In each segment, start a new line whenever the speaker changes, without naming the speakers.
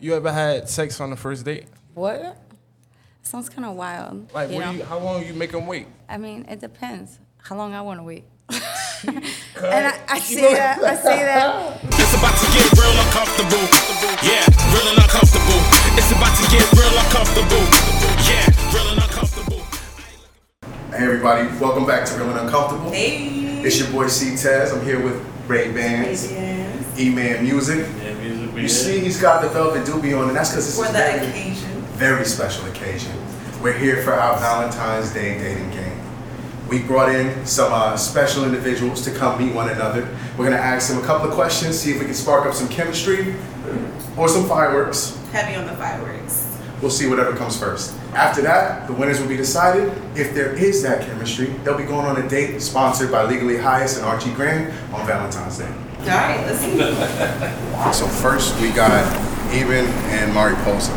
You ever had sex on the first date?
What? Sounds kind of wild.
Like,
you
what
know?
do you, how long you make them wait?
I mean, it depends how long I want to wait. and I, I say that. I say that.
It's about to get real uncomfortable. Yeah, real and uncomfortable. It's about to get real uncomfortable. Yeah, real and uncomfortable.
Hey everybody, welcome back to Real and Uncomfortable.
Hey.
It's your boy C Taz. I'm here with Ray Bands,
Yes.
E Man Music.
Yeah, music we
You
did.
see, he's got the Velvet Doobie on, and that's because this
For
is a
the
very,
occasion.
very special occasion. We're here for our Valentine's Day dating game. We brought in some uh, special individuals to come meet one another. We're gonna ask them a couple of questions, see if we can spark up some chemistry or some fireworks.
Heavy on the fireworks.
We'll see whatever comes first. After that, the winners will be decided. If there is that chemistry, they'll be going on a date sponsored by Legally Highest and Archie Graham on Valentine's Day.
All right, let's see.
So first, we got Eben and Mari Polson.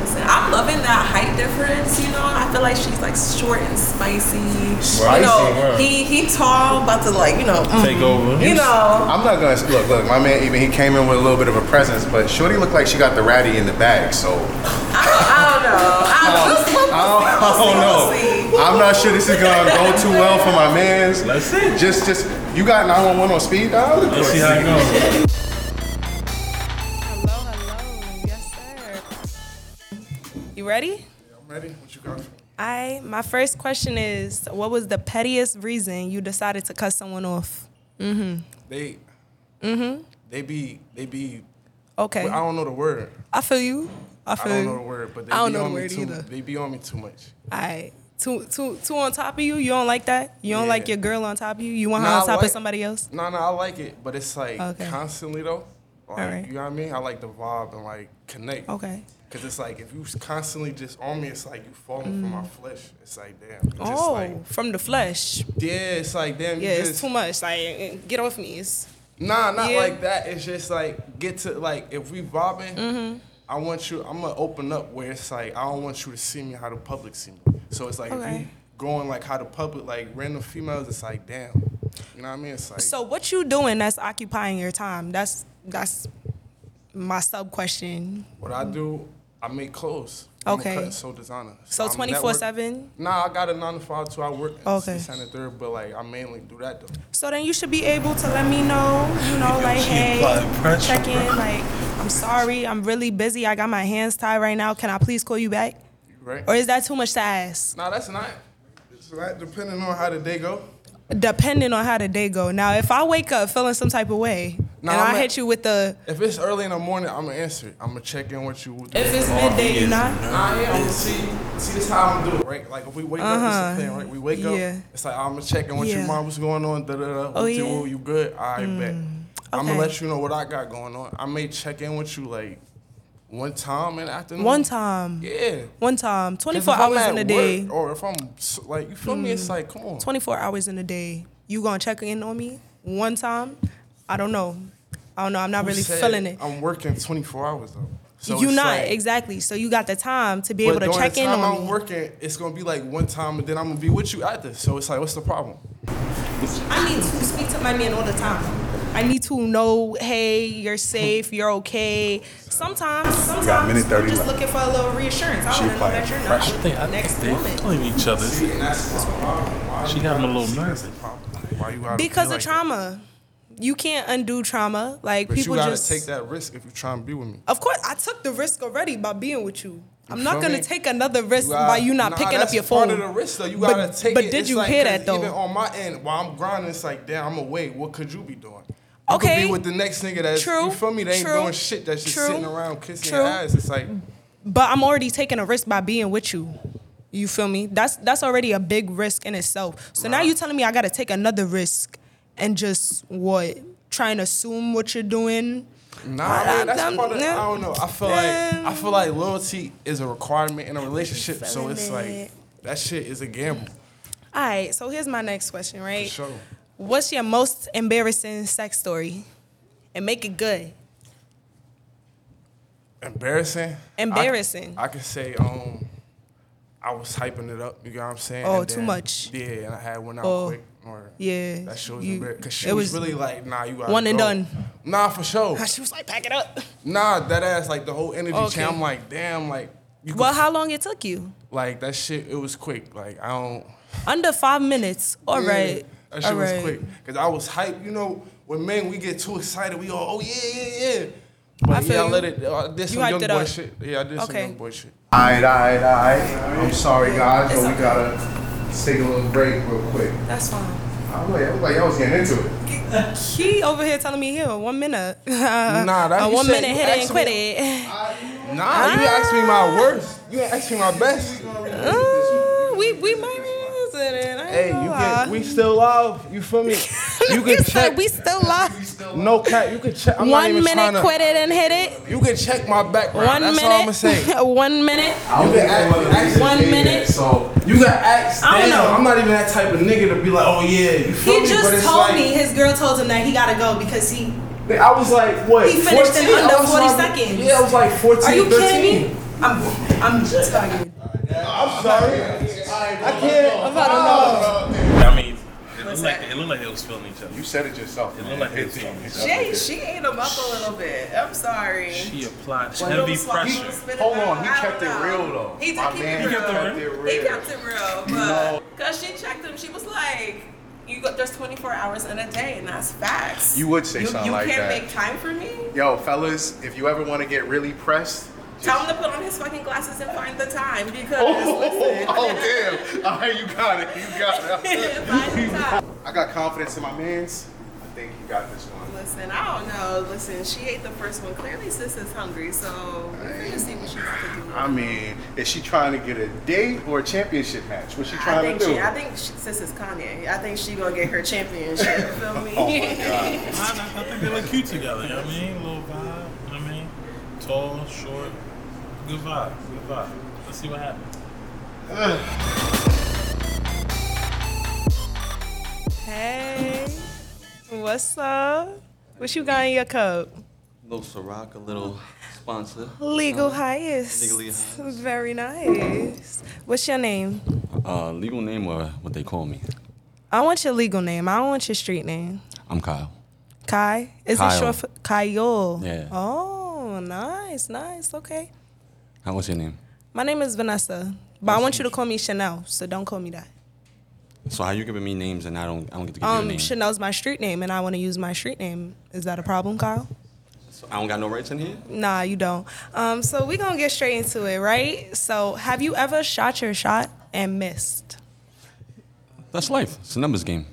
Listen, I'm loving that height difference. You know, I feel like she's like short and spicy.
Spicy,
You
huh?
know, he he tall, about to like you know, mm,
Take over.
you know.
Uh-huh. I'm not gonna look. Look, my man Eben, he came in with a little bit of a presence, but Shorty looked like she got the ratty in the bag. So
I don't, I don't know. I don't, we'll,
I don't, I don't
we'll see, we'll see, we'll see.
know. I'm not sure this is gonna go too well for my man's.
Let's see.
Just, just you got 911 on speed dial.
Let's see how it goes.
Hello, hello. Yes, sir. You ready?
I'm ready. What you got?
I my first question is, what was the pettiest reason you decided to cut someone off?
They, mm-hmm. they be, they be.
Okay,
I don't know the word.
I feel you. I
I
feel
don't
you.
know the word, but they
I don't
be
know the
on me
word
too.
either.
They be on me too much.
Alright. Two, two, two on top of you. You don't like that. You don't
Yeah.
like your girl on top of you. You want
Nah,
her
I
on top
like-
of somebody else.
No, no, I like it, but it's like
Okay.
constantly though. Like,
Alright.
You know what I mean? I like the vibe and like connect.
Okay.
Cause it's like if you was constantly just on me, it's like you falling for my flesh. It's like damn. you Just
Mm. Oh,
like,
from the flesh.
yeah, it's like damn.
Yeah,
you
it's
just,
too much. Like, eh, get off me. It's,
Nah, not
Yeah.
like that. It's just like get to like if we vibing,
Mm-hmm.
I want you. I'm gonna open up where it's like I don't want you to see me how the public see me. So it's like if you
Okay.
going like how the public like random females. It's like damn, you know what I mean? It's like
so what you doing that's occupying your time? That's that's my sub question.
what I do. I make clothes.
Okay.
I'm so designer.
So
I'm network-
24/7?
Nah, I got a nine to five too. I work at
Okay.
okay. Center Third, but like I mainly do that though.
So then you should be able to let me know. You know, like
she
hey,
applied pressure,
check in.
bro.
Like, I'm sorry. I'm really busy. I got my hands tied right now. Can I please call you back?
You Right?
Or is that too much to ask?
nah, that's not. It's not depending on how the day go.
depending on how the day go. Now, if I wake up feeling some type of way,
Nah,
and
I'm
I
at-
hit you with the
If it's early in the morning, I'ma answer it. I'ma check in with you.
if it's midday, you
is
not.
Nah, yeah, I'm gonna see. See, this how I'm doing, right? Like if we wake up, it's the thing, right? We wake
Uh-huh. Yeah.
up, it's like I'm gonna check in with you,
Yeah.
mom. What's going on? Da da da.
Oh,
What you-
yeah? Mm.
what You good? All right, bet. I'm gonna
okay.
let you know what I got going on. I may check in with you like one time in the afternoon.
One time,
Yeah. 'Cause
one time,
if
24
I'm
hours
at
in a
work
day, Mm.
or if I'm s- like, you feel me? It's like, come on.
24 hours in a day. You gonna check in on me one time? I don't know. I don't know. I'm not
Who
really
said
feeling it.
I'm working 24 hours though. So
you
it's
not
like-
exactly. So you got the time to be
But
able to
during
check
the
in
time
on
I'm
me.
working, it's gonna be like one time, and then I'm gonna be with you after. So it's like, what's the problem?
I need to speak to my man all the time. I need to know, hey, you're safe, you're okay. Sometimes, sometimes
got a minute 30
I'm just
left.
looking for a little reassurance. I want
She
to know
applying
that you're
pressure.
not
I
with
think
the
I
next
think they
woman.
feeling each other.
And that's the problem. Why
She
you
got him
gotta-
a little
that's the
nervous.
problem. Why you gotta
Because
be
of
like that?
trauma. You can't undo trauma. Like
But
people
you gotta
just
take that risk if you try and be with me.
Of course, I took the risk already by being with you. I'm
You
not
feel
gonna
me?
take another risk
gotta-
by you not
nah,
picking up
that's
your
part
phone.
of the risk, though. You
But-
gotta take
but
it.
did
It's
you
like,
hear
'cause
that, though?
Even on my end, while I'm grinding, it's like, damn, I'm away. What could you be doing? You could
Okay.
be with the next nigga that's
True.
you feel me? They ain't
True.
doing shit. That's just
True.
sitting around kissing
True.
your ass. It's like
but I'm already taking a risk by being with you. You feel me? That's that's already a big risk in itself. So now you're telling me I gotta take another risk and just what? Try and assume what you're doing.
Nah,
I-
man,
I'm-
that's
I'm-
part of. I don't know. I feel like I
Um,
feel like loyalty is a requirement in a relationship. So
feeling
it's like
it.
that shit is a gamble.
All right, so here's my next question, right?
Sure.
What's your most embarrassing sex story? And make it good.
Embarrassing. I-
Embarrassing.
I, can say um, I was hyping it up. You know what I'm saying?
Oh,
And
too
then-
much.
Yeah, and I had one out
Oh,
quick. Or
yeah,
that shit was
you-
because she
it
was,
was
really like, nah, you gotta
one and
go.
done.
Nah, for sure.
She was like, pack it up.
Nah, that ass like the whole energy.
Okay.
Chain, I'm like, damn, like you
Well,
could-
how long it took you?
like that shit. It was quick. Like I don't.
Under five minutes. All
Yeah,
right.
That shit
All
was
right.
quick. Cause I was hyped. You know, when men we get too excited, we all oh yeah yeah yeah. But
I feel
yeah, I
you.
let it. I did some
hyped
young
it
boy
up.
shit. Yeah, I did some
Okay.
young boy shit.
Alright, alright, alright. I'm sorry, guys, but we gotta let's take a little break real quick.
That's fine.
I'm like, I'm like, y'all was getting into it.
He over here telling me here one minute.
Nah, that
a
you
one
said-
minute
you
hit it and
asked
quit
me-
it.
Nah, you asked me my worst. You ain't asked me my best.
Uh, we we might be using it. I
Hey,
ain't
you
gonna
get
lie.
we still love. You feel me? You
Nigga
can
said
check.
We still live.
No cap. You can check. I'm not
One
even
minute,
tryna-
quit it and hit it.
You can check my background.
One
That's
minute.
all I'm gonna say.
one minute.
I don't
You
think
can
no other
act-
reason
one
came in,
minute.
So
You got asked.
I don't know.
I'm not even that type of nigga to be like, oh yeah, you feel
He
me? but
just
it's
told
like,
me his girl told him that he gotta go because he.
I was like, what?
He finished in
14?
under
I was
40
like-
seconds.
Yeah, I was like 14,
Are you
13.
kidding me? I'm I'm just talking.
I'm sorry. I can't. I'm not
Oh.
I mean, it looked like it looked like they was filming each other.
you said it yourself.
It looked like they was filming each other.
She, she ate him up a little bit. I'm sorry.
She applied heavy pressure.
Hold on, he kept it real though.
He did
My
keep
man
it real.
kept it real.
He kept it real, but because she checked him, she was like, "You got there's 24 hours in a day, and that's facts."
You would say something
you
like
can't
that.
make time for me.
Yo, fellas, if you ever want to get really pressed,
Tell him to put on his fucking glasses and find the time because
Oh,
listen,
damn! All right, you got it. You got it.
find the time.
I got confidence in my man's. I think you got this one.
Listen, I don't know. Listen, she ate the first one. Clearly, sis is hungry, so we're gonna see what she's about to do.
I mean, is she trying to get a date or a championship match? What's she
I
trying
think
to do?
she, I think she, sis is Kanye. I think she gonna get her championship. feel me?
oh my god!
I, I think they look cute together. You know what I mean? Little vibe. You know what I mean? Tall, short. Good vibe. Good vibe. Let's see what happens.
Hey, what's up? What you got in your cup?
little Ciroc, a little sponsor. Um,
Legal highest.
Oh, Legally highest.
Very nice. What's your name?
Uh, legal name or what they call me?
I want your legal name. I don't want your street name.
I'm Kyle.
Kai. Is it
Kyle.
short for Kyle?
Yeah.
Oh, nice, nice. Okay.
How what's your name?
My name is Vanessa, but I want you to call me Chanel. So don't call me that.
So how you giving me names and I don't I don't get to give you a
Um,
name?
Chanel's my street name, and I want to use my street name. Is that a problem, Kyle?
So I don't got no rights in here.
Nah, you don't. Um, so we gonna get straight into it, right? So, have you ever shot your shot and missed?
That's life. It's a numbers game.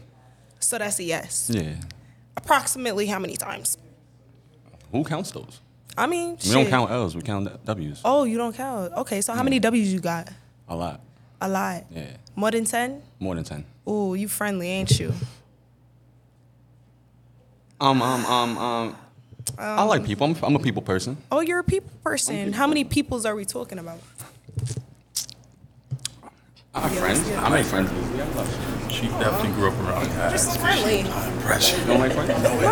So that's a yes.
Yeah.
Approximately how many times?
Who counts those?
I mean,
We don't count L's. We count W's.
Oh, you don't count. Okay, so how many W's you got?
A lot.
A lot.
Yeah.
More than ten?
More than ten.
Ooh, you friendly, ain't you?
Um um um um. I
Um,
like people. I'm, I'm a people person.
Oh, you're a people
Oh,
person. How many peoples are we talking about?
I have friends. I make friends. easily. I love you.
She definitely grew up around that.
Just friendly.
You don't like friends?
No, no.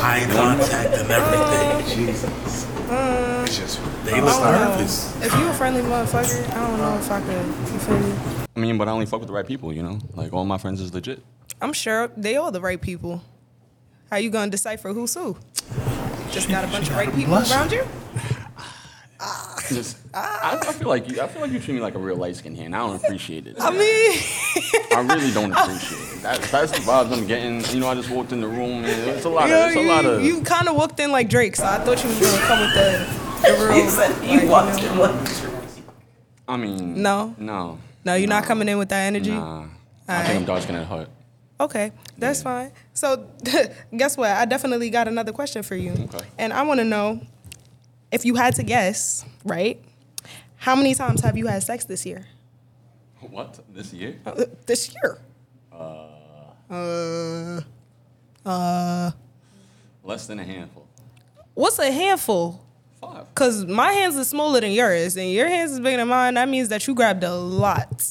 Eye contact and everything.
Jesus,
Uh,
it's just
They look nervous.
If you a friendly motherfucker, I don't know if I could. You feel me?
I mean, but I only fuck with the right people. You know, like all my friends is legit.
I'm sure they all the right people. How you gonna decipher who's who? Just got a bunch of right people around you.
Just,
Ah.
I, I feel like you. I feel like you treat me like a real light skin here, and I don't appreciate it.
I mean,
I really don't appreciate it. That, that's the vibes I'm getting. You know, I just walked in the room. And it's a lot of. It's a lot
you,
of.
you, kind of walked in like Drake, so I thought you was gonna come with the, the real.
you walked in like
I mean.
No.
No.
No, you're not coming in with that energy.
Nah. I think I'm dark skinned at heart.
Okay, that's fine. So, guess what? I definitely got another question for you,
Okay.
and I want to know if you had to guess, right? How many times have you had sex this year?
What this year? Uh,
Uh, This year? Uh,
Less than a handful.
What's a handful?
Five.
Cause my hands are smaller than yours, and your hands is bigger than mine. That means that you grabbed a lot,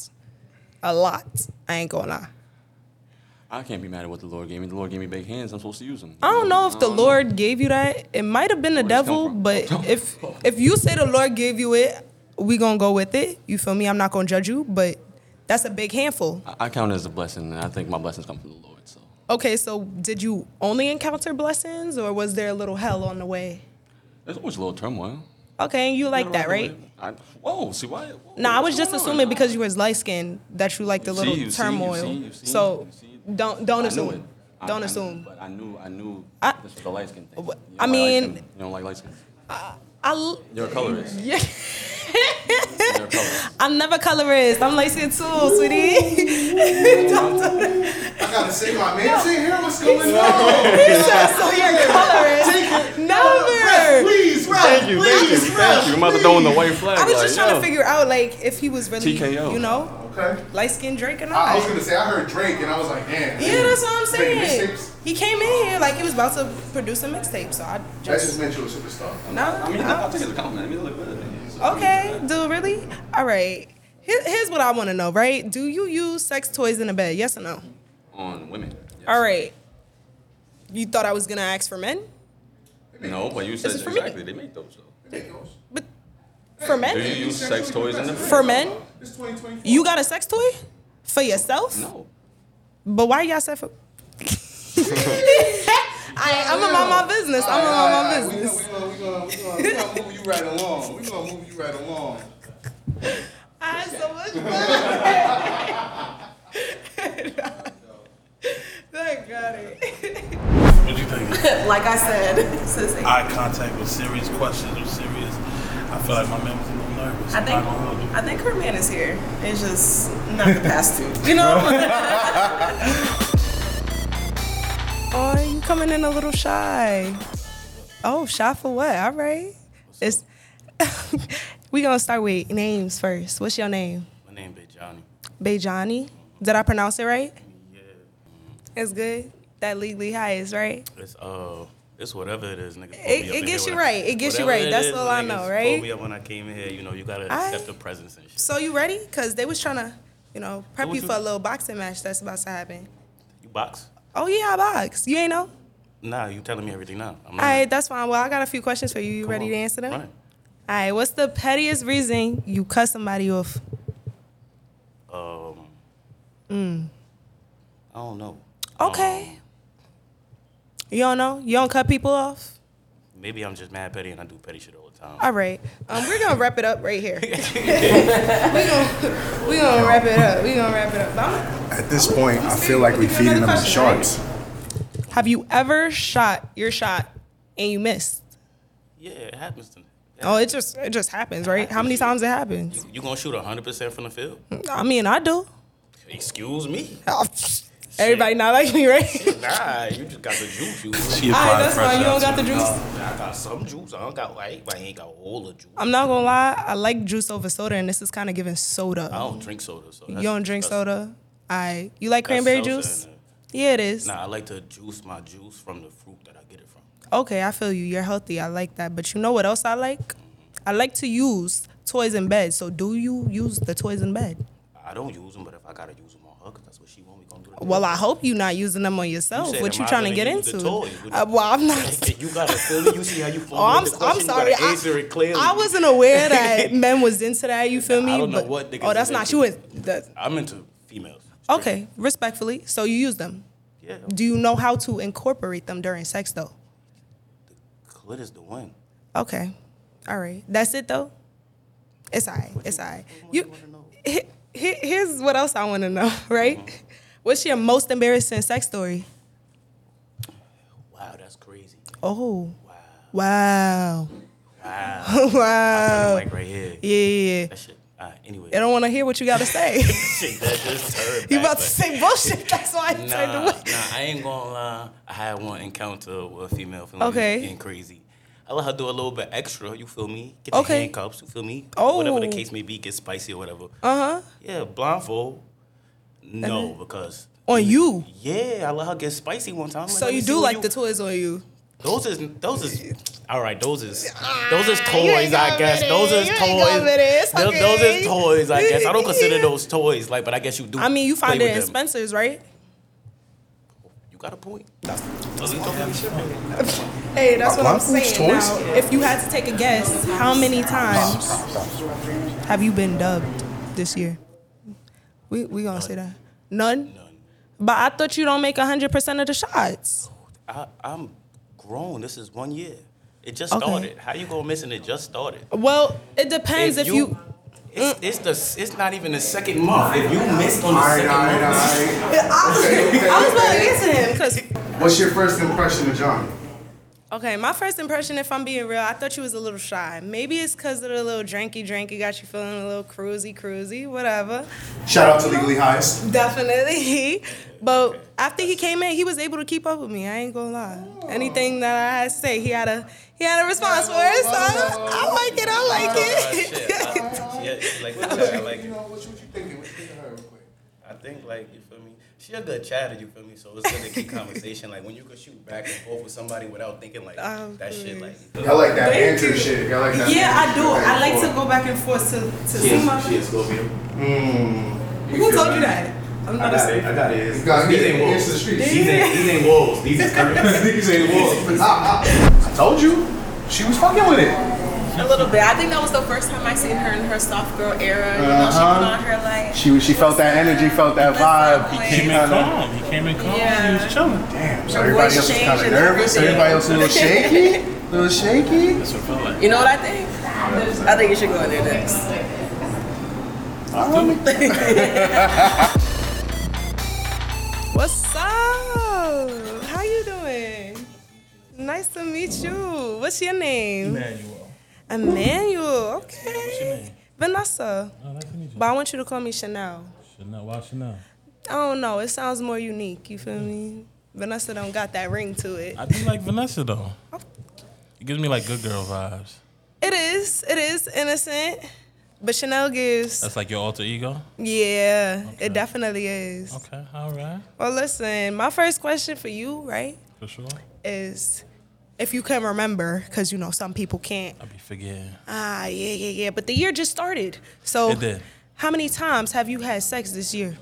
a lot. I ain't gonna lie.
I can't be mad at what the Lord gave me. The Lord gave me big hands. I'm supposed to use them.
I don't know if the Lord gave you that. It might have been the
Where'd it come
devil,
from?
but if if you say the Lord gave you it, we gonna go with it. You feel me? I'm not gonna judge you, but that's a big handful.
I, I count it as a blessing, and I think my blessings come from the Lord. So
Okay, so did you only encounter blessings, or was there a little hell on the way?
there's always a little turmoil.
Okay, and you like that, right?
I, whoa, see why? whoa,
No, I was
what's
just
going on?
assuming because you was light skinned that you like the
You
little
see, you see, you
turmoil.
see, you see,
so
you see.
don't don't
I knew it.
assume.
I-
Don't
I-
assume.
But I knew, I knew
I-
this was the light skin thing.
Wh-
You
I
don't like light
mean- uh,
skin. you don't like light skin.
I l-
You're a colorist.
yeah.
You're a colorist.
I'm never colorist. I'm light skinned too, sweetie. Don't do that.
I gotta say, my man's in here. What's going on?
so you're a colorist. Never.
Please, bro.
Thank you, thank you,
please, bro.
thank you. Mother throwing the white flag.
I was
like,
just trying
yo.
to figure out like if he was really
TKO.
you know
Okay.
light skinned Drake or not.
I, I was gonna say I heard Drake and I was like, damn.
yeah, that's what I'm
Making
saying.
mixtapes?
He came in here like he was about to produce a mixtape, so I
That just
just
meant you a superstar.
no.
I mean,
no.
I'll take it as a compliment. I mean, look better than you. So,
Okay, dude, really? All right. Here- Here's what I want to know, right? Do you use sex toys in the bed? Yes or no?
On women.
All right. You thought I was gonna ask for men,
No, but you said
is for me.
exactly. They make those though.
but for
Do
men,
you use sex toys in the bed?
for men,
It's 2024.
you got a sex toy for yourself.
No.
But why y'all set for? I, I'm about my business. I'm about my business.
We're gonna, we gonna, we gonna, we gonna move you right along. We're gonna move you right along.
I had so much I got it.
What do you think?
Like I said, since
Eye contact with serious questions or serious. I feel like my man was a little nervous.
I think
I'm not gonna hold you.
I think her man is here. It's just not the past two.
You know. oh, you coming in a little shy. Oh, shy for what? All right. It's we gonna start with names first. What's your name?
My name is Johnny.
Bejani. Did I pronounce it right? Yeah. It's good. That legally high is right.
It's uh, it's whatever it is, nigga.
It- it gets you right. It gets you right. That's all I know, right?
Pulled me up when I came in here. You know, you gotta
I-
accept the presence and shit.
So you ready? Cause they was trying to, you know, prep
What
you
you-
for a little boxing match that's about to happen.
you box?
Oh yeah, I box. You ain't know?
Nah, you telling me everything now. I'm
All right, that's fine. Well, I got a few questions for you. You ready to answer them?
Mm. Right.
All right, what's the pettiest reason you cut somebody off?
Um.
Mm.
I don't know. Um,
Okay. Um, You don't know? You don't cut people off?
Maybe I'm just mad petty and I do petty shit all the time.
All right. Um, we're going to wrap it up right here. we're going we gonna wrap it up. We're going to wrap it up. But I'm-
At this point, I feel like we feeding them the sharks.
Have you ever shot your shot and you missed?
Yeah, it happens to me.
Oh, it just it just happens, right? How many times it happens?
You gonna shoot 100% from the field?
I mean, I do. Oh,
Excuse me?
Everybody not like me, right?
Nah, you just got the juice. You Oh,
All
She applied
right, that's
pressure
fine. You don't
to
got the
me.
juice.
I got some juice. I don't got I ain't, I ain't got all the juice.
I'm not gonna lie. I like juice over soda, and this is kind of giving soda.
I don't drink soda. So
You don't drink soda. I you like
that's
cranberry
seltzer
juice?
in there.
Yeah, it is.
Nah, I like to juice my juice from the fruit that I get it from.
Okay, I feel you. You're healthy. I like that. But you know what else I like? I like to use toys in bed. So do you use the toys in bed?
I don't use them, but if I gotta use them on her, 'cause that's what she want, we gonna do. that.
Well, I hope you're not using them on yourself.
said,
what you
"Am I
trying to
gonna
get
use
into?
the toys?" What
Uh,
you-
well, I'm not.
you gotta feel it. You see how you
Oh, I'm,
formulate the
I'm
question.
sorry.
You gotta
I,
answer it clearly.
I wasn't aware that men was into that. You feel me?
I don't know
But-
what niggas
Oh, that's
is
not
into.
you. It- that-
I'm into females. straight.
Okay, respectfully. So you use them.
Yeah.
Do you know how to incorporate them during sex though?
Clit is the one.
Okay. All right. That's it though. It's all right. It's all right. You, he- he- here's what else I want to know, right? What's your most embarrassing sex story?
Wow, that's crazy.
Oh. Wow.
Wow.
Wow.
Kinda like right here.
Yeah, yeah, yeah.
That shit. All right, anyway.
I don't want to hear what you got to say.
shit, that just turned
you
back,
about to
but-
say bullshit. That's why I turned
Nah, nah,
away.
I ain't gonna lie. I had one encounter with a female feeling
Okay.
getting crazy. I let her do a little bit extra, you feel me? Get the
Okay.
handcuffs, you feel me? Whatever the
Oh.
case may be, get spicy or whatever. Uh
Uh-huh.
huh. Yeah, blindfold. No, because.
On you.
Yeah, I let her get spicy one time. I'm
So
let me
you
see
do
what
like the toys on you.
Those is those is all right. Those is those is
Ah, you ain't
toys. I
got
guess
it.
those is
You
toys.
ain't got it. It's
Those- Those
okay.
is toys. I guess I don't consider those toys. Like, but I guess you do.
I mean, you find
play
it in
with them.
Spencer's, right?
You got a point.
Hey, that's what I'm
Blindfolds,
saying.
toys?
Now, if you had to take a guess, how many times have you been dubbed this year? We we gonna say that none. But I thought you don't make hundred percent of the shots.
I, I'm grown. This is one year. It just
Okay.
started. How you gonna miss it? It just started.
Well, it depends if, you.
it's, it's the it's not even the second month. If you missed on the
All right,
second
all right, all
month,
right.
I was about to get to him because
What's your first impression of Johnny?
Okay, my first impression, if I'm being real, I thought you was a little shy. Maybe it's because of the little drinky drinky got you feeling a little cruisy cruisy, whatever.
Shout out to Legally Highest.
Definitely. But after he came in, he was able to keep up with me. I ain't gonna lie. Anything that I had to say, he had a he had a response for it. So I like it. I like it.
yeah, like, yeah, like
know, what you, what you thinking? What you thinking of her real quick?
I think like you feel me. She a good chatter, you feel me. So it's good to keep conversation. Like when you can shoot back and forth with somebody without thinking like
Oh,
that shit. Like
Y'all like that banter shit. Y'all like that
Yeah, I do. I like to
to.
go back and forth to, to see my
is Scorpio.
Hmm.
Who told you that? I'm not a
I got it.
You guys need to answer the streets.
These ain't, these ain't wolves. These is curtains.
These ain't wolves. Ah, ah. I told you. She was fucking with it.
A little bit. I think that was the first time I seen her in her soft girl era. You know, she put
Uh-huh.
on her like.
She was- she felt that energy, felt that
What's
vibe.
up,
He
like-
He came in
Kinda-
calm. He came in calm.
Yeah.
He was chilling.
Damn. So
Her
everybody
voice
else was
changed
kind of
and
nervous.
everything.
Everybody else a little shaky. A little shaky.
That's what it felt like.
You know what I think? I think you should go in there next.
What's up? How you doing? Nice to meet you. What's your name?
Manuel.
Emmanuel, okay. Vanessa.
Oh, nice to meet you.
But I want you to call me Chanel.
Chanel, why Chanel?
I don't know. It sounds more unique. You feel me? Vanessa don't got that ring to it.
I do like Vanessa though. It gives me like good girl vibes.
It is. It is innocent. But Chanel gives.
That's like your alter ego.
Yeah, it definitely is.
Okay, all right,
Well, listen, my first question for you, right,
for sure.
is if you can remember, because you know some people can't.
I be forgetting.
Ah, yeah, yeah, yeah. But the year just started. So
It did.
how many times have you had sex this year?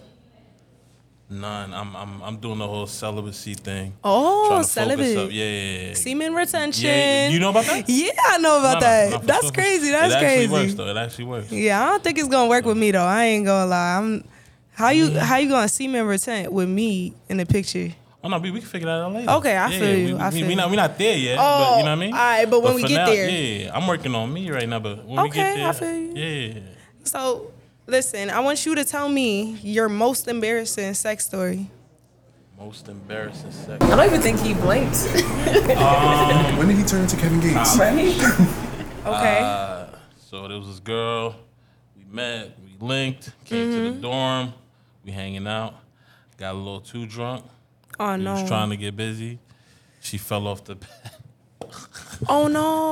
None. I'm I'm I'm doing the whole celibacy thing.
Oh,
Tryna focus up.
celibate.
Yeah, yeah, yeah.
Semen retention.
Yeah, you know about that?
Yeah, I know about
Nah, nah,
that.
nah, for
That's
sure, for
crazy.
sure.
That's
it
crazy.
It actually works though. It actually works.
Yeah, I don't think it's gonna work with me though. I ain't gonna lie. I'm how
Mm.
you how you gonna semen retent with me in the picture?
Oh no, we, we can figure that out later.
Okay, I
yeah,
feel
yeah,
you,
We,
I
we,
feel
we
you.
not, we not there yet.
Oh,
but you know what I mean.
all right, but when we
for
get
now,
there-
yeah, yeah, I'm working on me right now. But when we
Okay,
get there,
I feel you.
yeah, yeah,
So listen, I want you to tell me your most embarrassing sex story.
most embarrassing sex.
I don't even think he blinked.
Oh,
Um, When did he turn into Kevin Gates?
Okay.
Uh, So there was this girl, we met, we linked, came to
Mm-hmm.
the dorm, we hanging out, got a little too drunk.
oh
We was
no.
trying to get busy. She fell off the bed.
Oh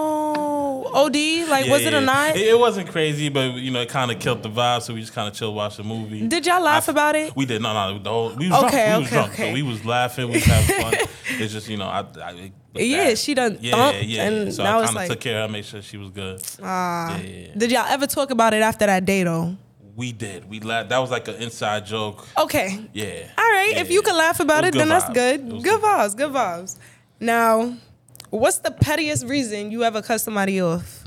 no. OD. Like was it
Yeah,
a night?
It, it wasn't crazy, but you know, it kind of killed the vibe. So we just kind of chill, watch the movie.
Did y'all laugh
I-
about it?
We did. No, no, the whole we was
Okay,
drunk. We was
okay,
drunk.
okay.
So we was laughing. We was having fun. it's just you know, I, I it- but
Yeah,
that-
she done
Yeah,
thumped,
yeah, yeah.
and
so
that
I
was
kind of
like- Ah.
took care of her, made sure she was good. yeah, yeah, yeah.
Did y'all ever talk about it after that day though?
We did. We laughed. That was like an inside joke.
Okay.
Yeah.
All right,
Yeah,
if you
yeah.
can laugh about
was
it, then that's
vibes.
good.
It was
Good vibes, good vibes. Now, what's the pettiest reason you ever cut somebody off?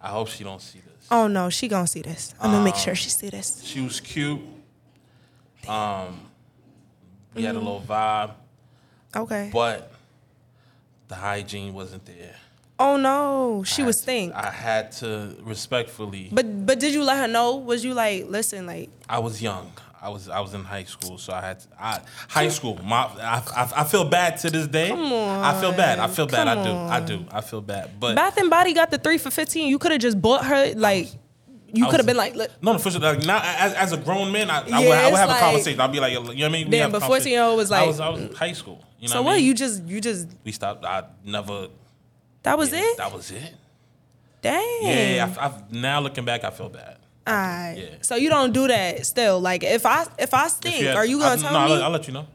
I hope she don't see this. Um,
Oh no, she gonna see this. I'm
Ah.
gonna make sure she see this.
She was cute. Um, we had a little
Mm.
vibe,
Okay.
but the hygiene wasn't there.
Oh no, she
I
was
had-
stink.
I had to respectfully.
But but did you let her know? Was you like, listen, like,
I was young. I was I was in high school, so I had to, I high school. My I, I, I feel bad to this day. I feel bad. I feel bad.
come
I do. I
on.
do. I feel bad. But
Bath and Body got the three for fifteen. You could have just bought her like, you
I
could have
was-
been like, look,
no, no, for sure. Like now, as, as a grown man, I, I, would,
Yeah,
I would
it's
have
like-
a conversation. I'd be like, you know what I mean? We
Damn,
have a
but
conversation.
14-year-old was
I
like-
was, I was in high school. You know
so
what? I
what?
mean?
You just you just
we stopped. I never.
that was it.
That was it.
Dang.
Yeah, I, I, now looking back, I feel bad.
All right.
Yeah.
So you don't do that still. Like if I if I stink,
Yeah,
are you
I,
gonna tell
no,
me?
I'll, I'll let you know.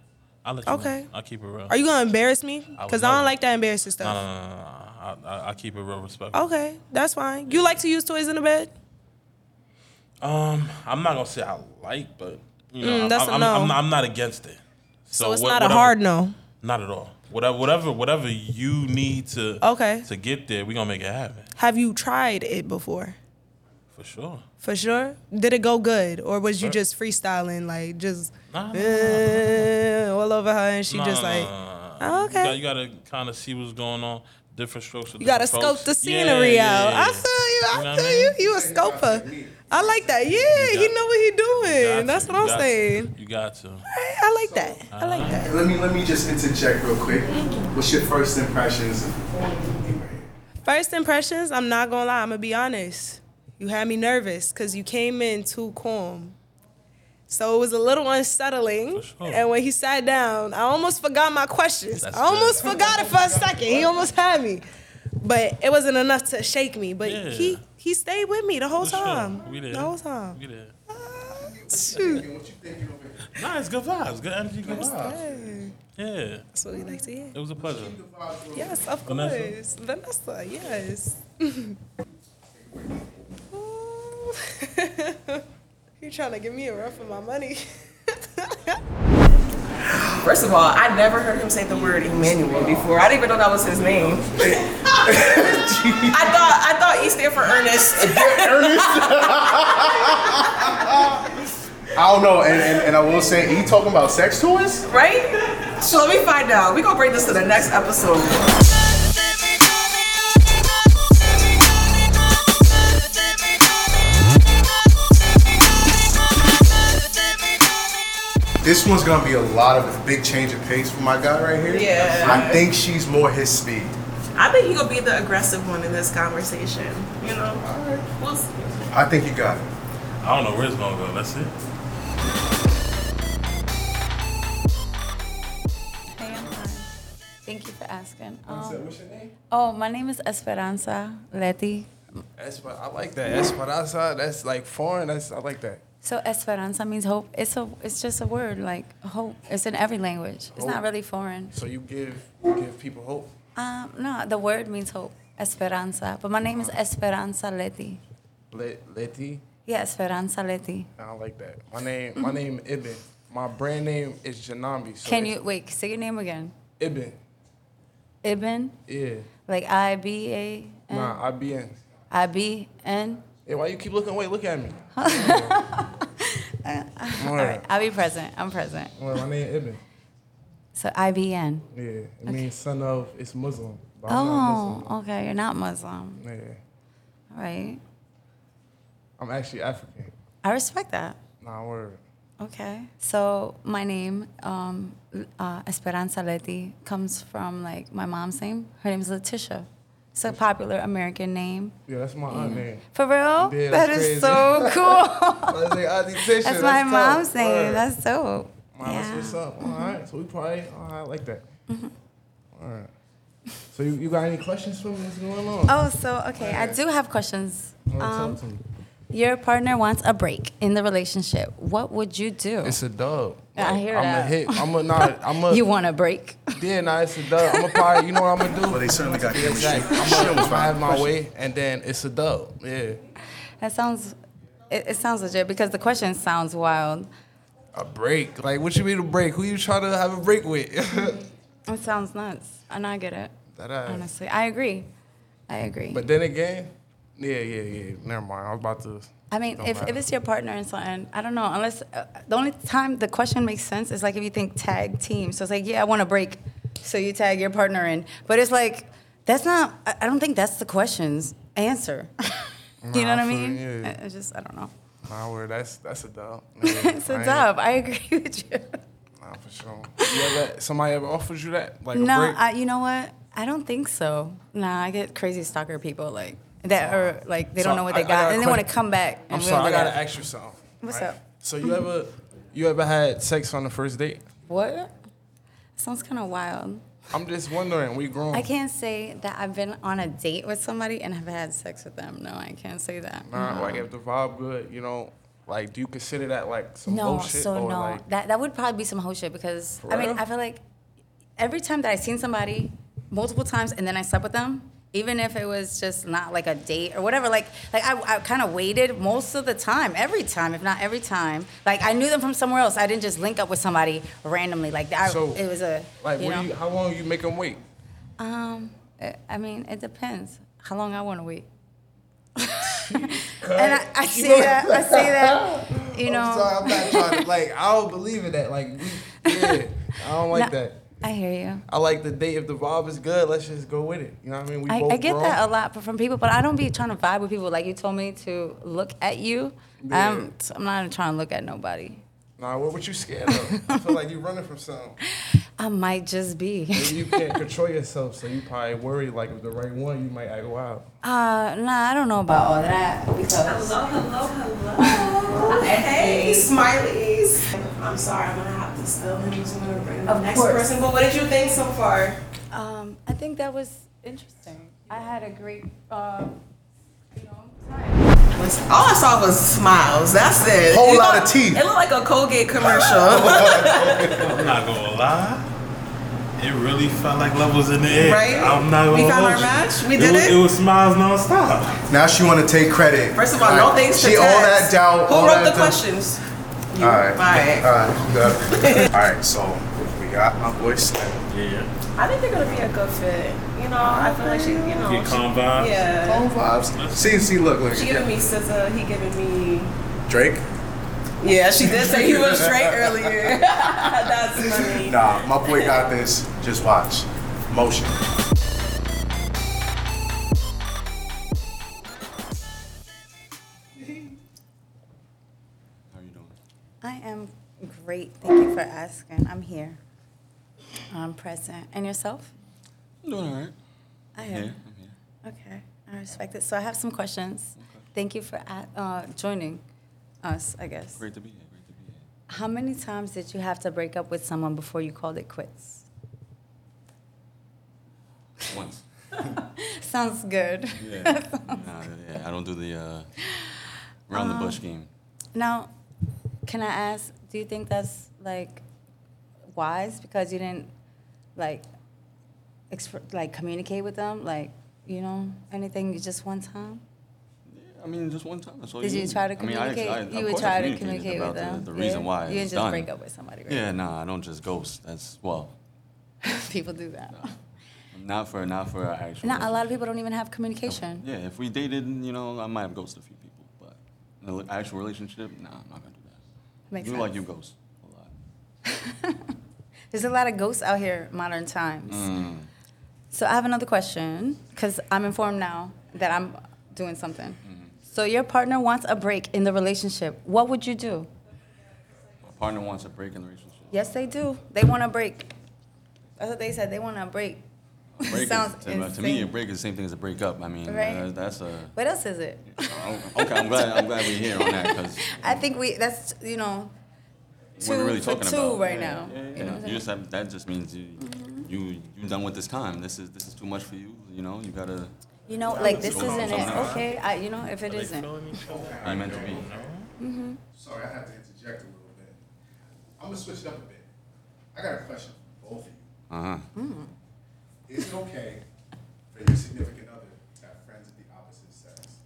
I'll let you
Okay.
know. I'll keep it real.
Are you gonna embarrass me?
would
Cause I don't
love it.
like that embarrassing
No,
stuff.
no, no, no, no. I, I, I keep it real respectful.
Okay, that's fine. You like to use toys in the bed?
Um, I'm not gonna say I like, but you know,
Mm,
I'm,
that's a
I'm,
no.
I'm, I'm, not, I'm not against it.
So, it's
wha-
not a
whatever-
hard no.
Not at all. Whatever, whatever, whatever you need to
Okay.
to get there, we gonna make it happen
Have you tried it before?
for sure.
For sure. Did it go good, or was you just freestyling, like just
Uh, Nah, nah,
eh, all over her, and she
Nah,
just
nah,
like,
nah, nah, nah.
"Oh, okay.
You gotta, you gotta kind of see what's going on. Different strokes.
you gotta scope the scenery out. I feel you. I
know what I
feel you.
mean?
You a scoper. I like that. Yeah,
got-
he know what he
You got
doing.
to,
That's what
you
I'm
got to,
saying.
You Uh-huh. got to.
Hey, I like that. I like that.
Let me let me just interject real quick. What's your first impressions? of-
First impressions, I'm not gonna lie, I'm gonna be honest. You had me nervous because you came in too calm. So it was a little unsettling.
For sure.
And when he sat down, I almost forgot my questions.
That's
I almost forgot it for a second. He almost had me. But it wasn't enough to shake me. But
Yeah.
he he stayed with me the whole
For sure.
time.
We did.
The whole time.
We did.
Shoot.
Nah, it's good vibes. Good energy. Good vibs.
Hey,
Yeah,
That's what we like to hear.
it was a pleasure.
Yes, of
Vanessa?
course. Vanessa, yes. Ooh. you trying to give me a run for my money.
First of all, I never heard him say the word Emmanuel before. I didn't even know that was his name. I thought I thought E stand for Ernest.
I don't know, and, and, and I will say, he talking about sex toys?
right? So let me find out. We're gonna bring this to the next episode.
This one's gonna be a lot of big change of pace for my guy right here.
Yeah.
I think she's more his speed.
I think he gonna be the aggressive one in this conversation. You know? We'll see.
I think you got it.
I don't know where it's gonna go. That's it.
Hey, I'm fine. Thank you for asking. Um, oh, my name is Esperanza Leti.
Esper, I like that. Esperanza, that's like foreign. That's I like that.
So Esperanza means hope. It's a, it's just a word like hope. It's in every language. It's not
Hope.
really foreign.
So you give you give people hope.
Um, no, the word means hope. Esperanza. But my name is
Uh-huh.
Esperanza Leti.
Le- Leti,
Yeah, Esperanza Leti.
I don't like that. My name, my name Ibn. My brand name is Janambi. So
Can
it's
you wait? Say your name again.
Ibn?
Ibn,
Yeah.
like I B A N
Nah, I be in.
I B N.
Hey, why you keep looking away? Look at me.
All right, I'll be present. I'm present.
Well, my name Ibn.
So I B N.
Yeah, it means son of. It's Muslim. But I'm not
Oh,
Muslim.
okay. You're not Muslim.
Yeah,
All right.
I'm actually African.
I respect that.
Nah, word.
Okay. So my name, um, uh, Esperanza Leti, comes from like my mom's name. Her name is Letitia. It's a popular American name.
Yeah, that's my aunt name.
For real?
Yeah,
that
that's
is
crazy.
so cool.
That's, like, Auntie Tisha,
that's my
dope.
mom's name.
Word.
That's dope.
Mom, that's
yeah. Mm-hmm.
what's up. All right, so we probably all right like that. All right. So you, you got any questions for me? What's going on?
Oh, so okay. I do have questions.
All right,
Um,
talk to me.
your partner wants a break in the relationship. What would you do?
It's a dub.
I hear
I'm
that.
A hit. I'm a not. I'm a.
you want a break?
Yeah, nah, it's a dub. I'm a probably. You know what I'm gonna do?
Well, they certainly got
Yeah,
chemistry.
exactly.
She
I'm gonna
almost found
have
the
my
question.
way, and then it's a dub. Yeah.
That sounds. It, it sounds legit because the question sounds wild.
A break. Like, what you mean a break? Who you trying to have a break with?
It sounds nuts, and I get it.
That ass.
Honestly, I agree. I agree.
but then again, yeah, yeah, yeah. Never mind. I was about to.
I mean,
Don't
if, if
matter.
it's your partner and something, I don't know. Unless uh, the only time the question makes sense is like if you think tag team. So it's like, yeah, I want a break, so you tag your partner in. But it's like that's not. I I don't think that's the question's answer. you know
Nah,
what
I
I
feel
mean?
you.
I, I just I don't know.
Nah, word. That's that's a dub.
it's a
I ain't-
dub. I agree with you.
Nah, for sure. You ever, somebody ever offers you that? Like a
No,
break?
I, you know what? I don't think so. Nah, I get crazy stalker people like that are like they
So
don't know what
I-
they
I
got,
got a
and they want to
question.
come back.
I'm
and
sorry, I
really do
gotta
that.
ask you something.
What's up?
So you ever you ever had sex on the first date?
What? Sounds kind of wild.
I'm just wondering, we grown.
I can't say that I've been on a date with somebody and have had sex with them. No, I can't say that.
Nah, like if the vibe good, you know, like do you consider that like some
No,
bullshit shit
so
or
no.
like
that that would probably be some whole shit because
For
I mean
real?
I feel like every time that I've seen somebody multiple times and then I slept with them, even if it was just not like a date or whatever like like i, I kind of waited most of the time every time if not every time like i knew them from somewhere else i didn't just link up with somebody randomly like that
So
it was a
like,
you
what
know?
do you, how long you make them wait?
Um, I- I mean, it depends how long I want to wait. and I, I see that. I see that. You know.
I'm sorry, I'm not trying to, like, I don't believe in that. Like, we- yeah, I don't like
No,
that.
I hear you.
I like the date. If the vibe is good, let's just go with it. You know what I mean? We
I,
both
I get
grown.
that a lot from people, but I don't be trying to vibe with people. Like you told me to look at you. I'm, I'm not trying to look at nobody.
Nah, what, what you scared of? I feel like you running from something.
I might just be.
Maybe you can't control yourself, so you probably worry like if the right one, you might act wild.
Uh, nah, I don't know about all that because
Hello, hello, hello. Hey, smileys. I'm sorry, I'm gonna have to spill him. I'm gonna bring the
Of
next
course.
person. But what did you think so far?
um, I think that was interesting. I had a great, uh, you know, time.
All I saw was smiles. That's it.
Whole
You
lot
know,
of teeth.
It looked like a Colgate commercial,
I'm not gonna lie. It really felt like love was in the air.
right?
I'm not gonna
We found
hold
our
you.
match. We
It
did
was,
it.
it was smiles nonstop.
Now she want to take credit.
First of all, no
Like,
thanks to
She all
Tabs.
that doubt.
Who
all
wrote
that
the
doubt.
questions? You.
All right.
Alright.
All right. good. All right. So we got my boy Slim.
Yeah.
I think they're gonna be a good fit. You know, I feel like she, you know,
Get
she-
calm vibes.
yeah.
Home vibes. See, see, look, look.
She giving me scissor. He giving me.
Drake.
Yeah, she did say he was straight earlier. That's funny.
Nah, my boy got this. Just watch. Motion.
How you doing?
I am great. Thank you for asking. I'm here. I'm present. And yourself?
Doing all right.
I
Yeah,
am.
I'm here.
Okay. I respect it. So I have some questions. Thank you for a- uh, joining us, I guess.
Great to be here. Great to be here.
How many times did you have to break up with someone before you called it quits?
Once.
Sounds good.
Yeah. nah, yeah. I don't do the uh, round the
Um,
bush game.
Now, can I ask, do you think that's like wise because you didn't like exp- like communicate with them like, you know, anything just one time?
I mean, just one time. That's all
Did you
need.
try to
I mean, I-
communicate?
I- of
you would
course I
try to
communicated
communicate with
about the-
them.
The, reason
yeah?
why
you
it
didn't
was
just
done.
break up with somebody. Right?
Yeah, nah, I don't just ghost. That's well,
people do that.
not for not for our actual.
Not a lot of
relationship.
people don't even have communication.
Yeah, if we dated, you know, I might have ghosted a few people, but in the actual relationship, nah, I'm not gonna do that.
Makes
you like
sense.
you ghost a lot.
There's a lot of ghosts out here modern times.
Mm.
So I have another question because I'm informed now that I'm doing something.
Mm-hmm.
So your partner wants a break in the relationship. What would you do?
My partner wants a break in the relationship.
Yes, they do. They want a break. That's what they said. They want a break.
Break is-
Sounds
to, me- to me, a
insane.
break is the same thing as a breakup. I mean,
Right.
uh, that's a.
What else is it?
Oh, Okay, I'm glad. I'm glad we're here on that because
I think we. That's you know. Two
we're really
for
talking
two
about
right
Yeah,
now. Mm-hmm.
yeah, yeah.
You know what I'm
You just have, that just means you you you done with this time. This is this is too much for you. You know, you gotta.
You know, like this
it's all
isn't it.
something else.
Okay, I, you know, if it isn't.
I meant to be.
Mm-hmm.
Sorry, I have to interject a little bit. I'm gonna switch it up a bit. I got a question for both of you. Mm-hmm.
Uh huh.
Is it okay for your significant other to have friends of the opposite sex?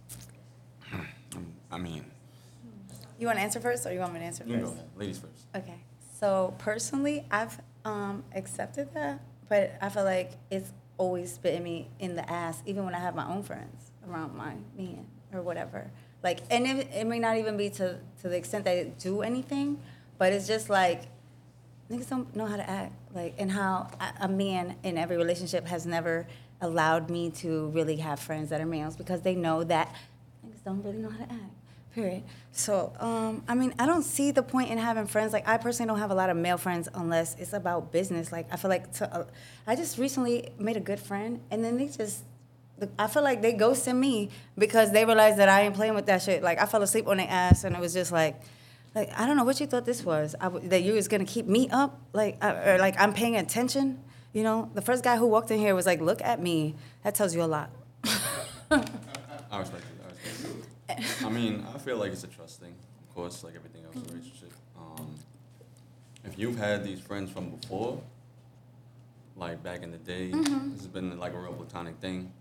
I mean,
You want to answer first, or you want me to answer
you
first?
go ahead. Ladies first.
Okay. So personally, I've um, accepted that, but I feel like it's always spitting me in the ass, even when I have my own friends around my men or whatever. Like, and it, it may not even be to, to the extent that it do anything, but it's just like niggas don't know how to act like and how a- a man in every relationship has never allowed me to really have friends that are males because they know that niggas don't really know how to act period so um, i mean i don't see the point in having friends like i personally don't have a lot of male friends unless it's about business like i feel like to, uh, i just recently made a good friend and then they just I feel like they ghosted me because they realized that I ain't playing with that shit. Like I fell asleep on their ass, and it was just like, like I don't know what you thought this was. I w that you was gonna keep me up, like I, or like I'm paying attention. You know, the first guy who walked in here was like, "Look at me." That tells you a lot.
I respect it. I respect it. I mean, I feel like it's a trust thing, of course, like everything else in a relationship. Um, if you've had these friends from before, like back in the day, this has been like a real platonic thing.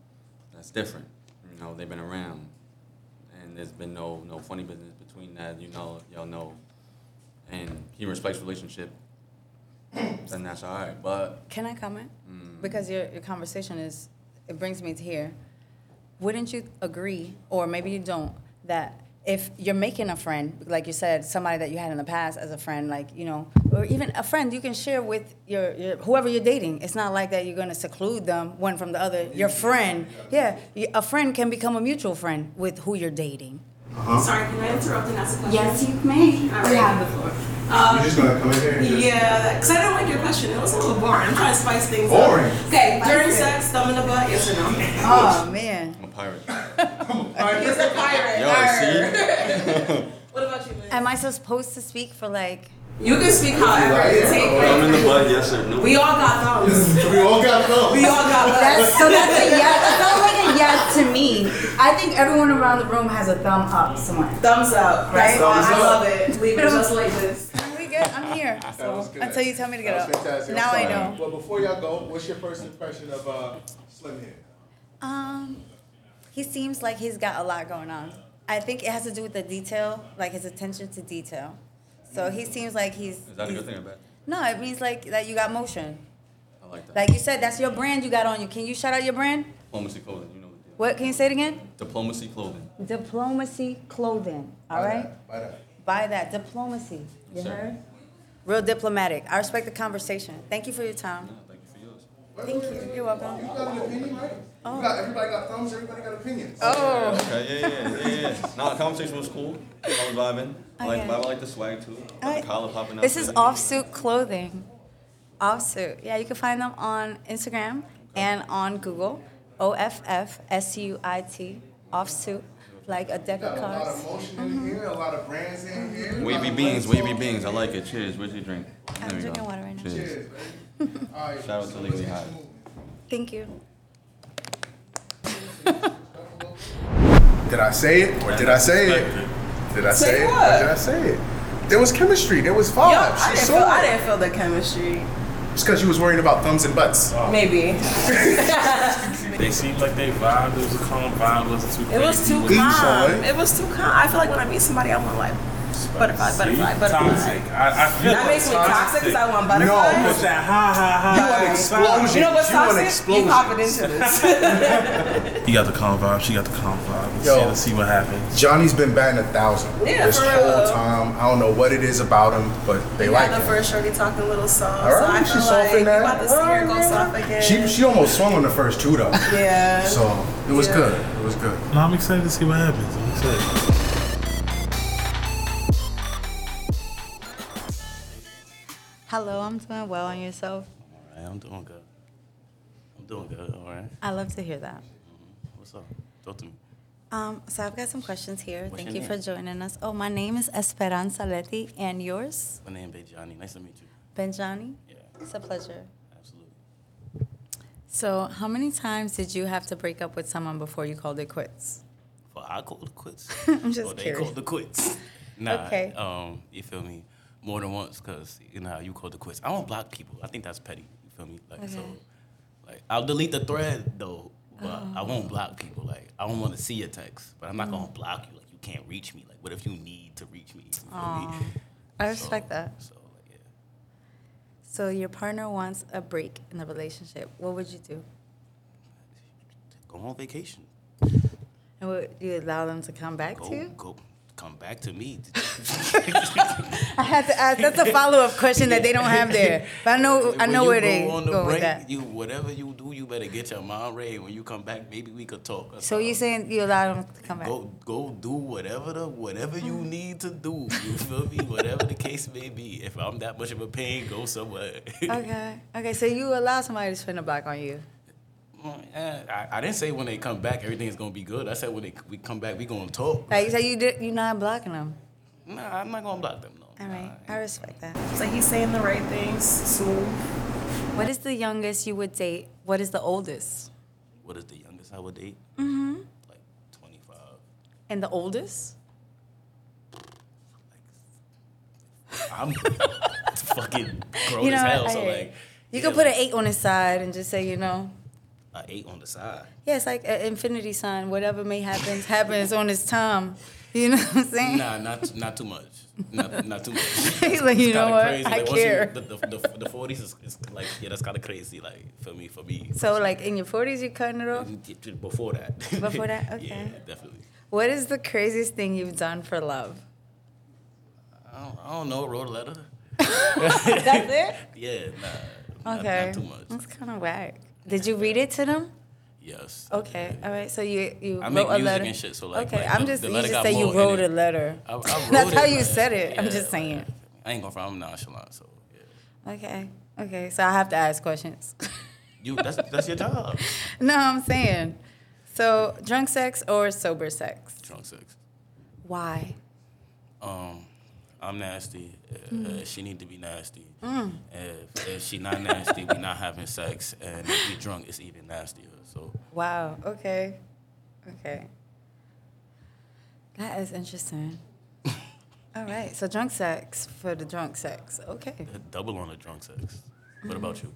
that's different. You know, they've been around, and there's been no no funny business between that. You know, y'all know, and he respects relationship. Then that's all right. But
Can I comment?
Mm.
Because your, your conversation is, it brings me to here. Wouldn't you agree, or maybe you don't, that if you're making a friend, like you said, somebody that you had in the past as a friend, like, you know, or even a friend you can share with your, your whoever you're dating. It's not like that you're gonna seclude them one from the other. Your friend, yeah, y- a friend can become a mutual friend with who you're dating.
Sorry, can I interrupt and ask a question?
Uh-huh. you may.
All right.
You're just gonna come in here and just.
Yeah, because I don't like your question. It was a little boring. I'm trying to spice things
Boring?
up. Okay, during
Spice it.
sex, thumb in the butt, yes or no?
Oh,
Um,
man.
I'm a pirate.
He's a pirate.
Yo, see,
What about you, Lynn?
Am I supposed to speak for like,
You can speak however you take it.
I'm in the butt. Yes or no?
We all got thumbs.
We all gotta go.
We all got
That's,
thumbs.
so that's a yes. That sounds like a yes to me. I think everyone around the room has a thumb up somewhere.
Thumbs up, right?
Thumbs up.
I love it. Leave it just like this.
We good? I'm here. So Oh, until you tell me to get
That was
up.
fantastic.
Now
I'm
I
sorry.
know.
Well, before y'all go, what's your first impression of uh, Slim here?
Um, he seems like he's got a lot going on. I think it has to do with the detail, like his attention to detail. So he seems like he's.
Is that a good thing or bad?
No, it means like that you got motion.
I like that.
Like you said, that's your brand you got on you. Can you shout out your brand?
Diplomacy clothing. You know what? it
What? Can you say it again?
is. Diplomacy clothing.
Diplomacy clothing. All right.
Bye now.
Buy that diplomacy. You
Sir.
heard? Real diplomatic. I respect the conversation. Thank you for your time.
Yeah, thank you for yours.
Thank you. You're welcome.
You got an opinion, right? You got, everybody got thumbs, everybody got opinions.
Oh,
Okay, yeah, yeah, yeah, yeah, yeah. Nah, the conversation was cool. I was vibing. I like,
Okay.
I like the swag too. Got the collar popping out.
this is
too.
offsuit clothing. Offsuit. Yeah, you can find them on Instagram and on Google. O F F S U I T. Offsuit, like a deck of
Got a lot
cards. Mm-hmm.
of motion in here, a lot of brands in here. a lot
Wavy
of
beans,
brands.
wavy beans. I like it. Cheers. Where's your drink?
I'm
There we
drinking
go.
water right now.
Cheers.
Cheers, baby. All right.
Shout out to Legally High.
Thank you.
Did I say it or did I say it? Did I say, it
what?
or did I say it? There was chemistry. There was vibes.
Yo, I
You
didn't,
saw
feel, I
it.
didn't feel the chemistry.
It's because you was worrying about thumbs and butts.
Oh.
Maybe.
They seemed like they vibed. It was a calm vibe. It wasn't too
It was
crazy.
too
These are
calm.
it.
It was too calm. I feel like when I meet somebody, I want like butterfly, butterfly,
See?
butterfly.
Toxic. I, I feel
That
like
makes me toxic because I want butterflies.
It's that ha ha ha.
You want explosions.
You know what's
You want
toxic? You
explosions.
popping into this.
He got the calm vibe. She got the calm vibe. Let's,
Yo.
see, let's see what happens.
Johnny's been batting a thousand
Yeah,
this
for
whole
real.
time. I don't know what it is about him, but they
You
like
got the
him.
first shorty talking little soft.
All
so I
right,
feel
she's
like
soft in
you
that.
about to see her go
All right.
soft again.
She she almost swung on the first two though,
yeah.
so it was
Yeah.
good. It was good.
No, I'm excited to see what happens. I'm excited.
Hello, I'm doing well on yourself.
Alright, I'm doing good. I'm doing good, alright.
I love to hear that.
What's up? Talk to me.
Um, so I've got some questions here. Thank you
your
for
name?
joining us. Oh, my name is Esperanza Leti, and yours,
My name is Johnny. Nice to meet you.
Benjani.
Yeah,
It's a pleasure.
absolutely.
So, how many times did you have to break up with someone before you called it quits?
Well, I called the quits.
I'm just
or they
curious.
called the quits. Nah,
Okay.
um, you feel me? More than once, cause you know how you called the quits. I don't block people. I think that's petty. You feel me? Like so,
Okay. Oh.
like I'll delete the thread though, but I won't block people. Like I don't want to see your text, but I'm not
Mm.
gonna block you. Like you can't reach me. Like what if you need to reach me? You feel me?
I respect
So-
that.
So like yeah,
So, your partner wants a break in the relationship. What would you do?
go on vacation.
And would you allow them to come back
Go
to you?
go. Come back to me.
I had to ask. That's a follow up question that they don't have there. But I know, I
When
know
you
where
go
they
on
go
the
with
break,
that.
You whatever you do, you better get your mind ready. When you come back, maybe we could talk. or
So
something.
you saying you allow them to come back?
go go do whatever the whatever you
Mm-hmm.
need to do. You feel me? Whatever the case may be. If I'm that much of a pain, go somewhere.
Okay. Okay. So you allow somebody to spin a block on you.
Eh, I, I didn't say when they come back everything's gonna be good. I said when they we come back we gonna talk.
Like you say, you did. You're not blocking them.
Nah, I'm not gonna block them. No.
All right. I respect that.
So he's saying the right things, smooth.
What is the youngest you would date? What is the oldest?
What is the youngest I would date? Mm-hmm. Like 25.
And the oldest?
I'm fucking grown
You know,
as hell.
I
so
hear you.
like,
You
yeah,
could put an
like-
eight on his side and just say, you know,
a eight on the side.
Yeah, it's like an infinity sign. Whatever may happen, happens on its time. You know what I'm saying?
Nah, not not too much. Not, not too much.
He's like, you know
kinda
what?
crazy.
I
Like, once you-
care.
the, the, the, the 40s is, is like, yeah, that's kind of crazy, like, for me, for me.
so, like in your 40s, you cutting it off.
Before that.
Before that? Okay.
yeah, definitely.
What is the craziest thing you've done for love?
I don't, I don't know, wrote a letter.
That's it.
Yeah, nah.
Okay.
Not, not too much.
That's kind of whack. Did you read it to them?
Yes.
Okay. All right. So you you
I
wrote
make
a
music
letter.
and shit, so, like,
okay.
like,
I'm
the-
just
the
you
letter
just
got
say you
more in
wrote
it.
a letter.
I, I wrote
That's
it,
how you
but,
said it. I'm
yeah,
just saying.
I ain't gonna. I'm nonchalant, so yeah.
Okay. Okay. So I have to ask questions.
You, that's that's your job.
no, I'm saying. So drunk sex or sober sex?
Drunk sex.
Why?
Um, I'm nasty. Uh,
Mm.
uh, she need to be nasty. If, if she not nasty, we not having sex, and if we drunk, it's even nastier. So
Wow. Okay. Okay. That is interesting. All right. So drunk sex for the drunk sex. Okay.
double on the drunk sex. What about you?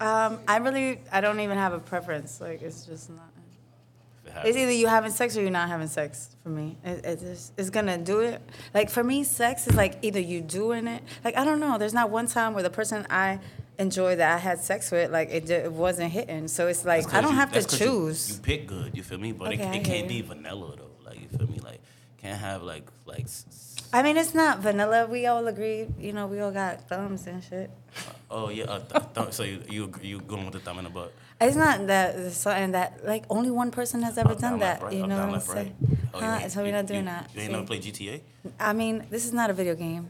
Um, I really, I don't even have a preference. Like it's just not.
If it happens.
It's either you having sex or you're not having sex. For me, it, it's just- it's gonna do it. Like for me, sex is like either you doing it. Like I don't know. There's not one time where the person I enjoy that I had sex with, like it, ju- it wasn't hitting. So it's like I don't have to
That's 'cause you- You,
choose.
pick good, you feel me? But
Okay, I
it, it
hear
can't be
you.
vanilla though. Like you feel me? Like can't have like like s- s-
I mean, it's not vanilla. We all agree. You know, we all got thumbs and shit.
oh yeah. A th- thumb, so you you you going with the thumb in the butt?
It's not that it's something that like only one person has ever
Up,
done
down, left,
that.
right,
You
up,
know
down,
what I'm
left, right.
saying?
Oh, you
huh?
ain't-
so we're
you-
not doing
you-
that.
You ain't
See?
never play GTA?
I mean, this is not a video game.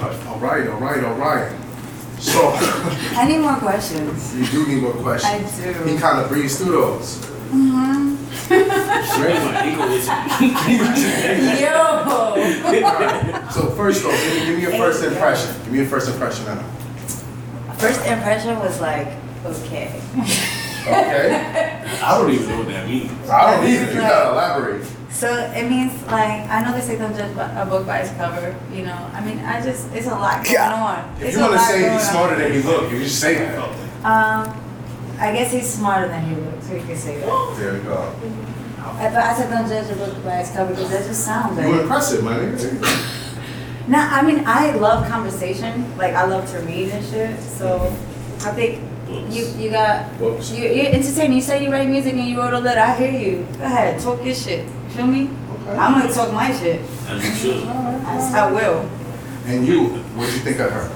All right, all right, all right. So.
I need more questions.
You do need more questions.
I do.
He kind of breezed through those.
Mm-hmm.
Yo!
So first off, give me, give me your first impression. Give me your first impression on him.
First impression was like, okay.
Okay.
I don't even know what that means.
I don't either. You gotta elaborate.
So it means like, I know they say don't judge bu- a book by its cover, you know. I mean, I just, it's a lot going on.
If
It's
you
a
wanna
lot
say
going
he's
on.
smarter than he look, you just say that.
Um, I guess he's smarter than he looks, we could say that.
There we go.
Uh, But I said don't judge a book by its cover because that just sounds
You
like.
impressive, my nigga.
No, I mean I love conversation. Like I love to read and shit. So I think you you got
Books.
you, you're entertaining. You say you write music and you wrote a letter. I hear you. Go ahead, talk your shit. Feel me?
Okay.
I'm gonna talk my shit.
As you should.
I, I will.
And you, what'd you think of her?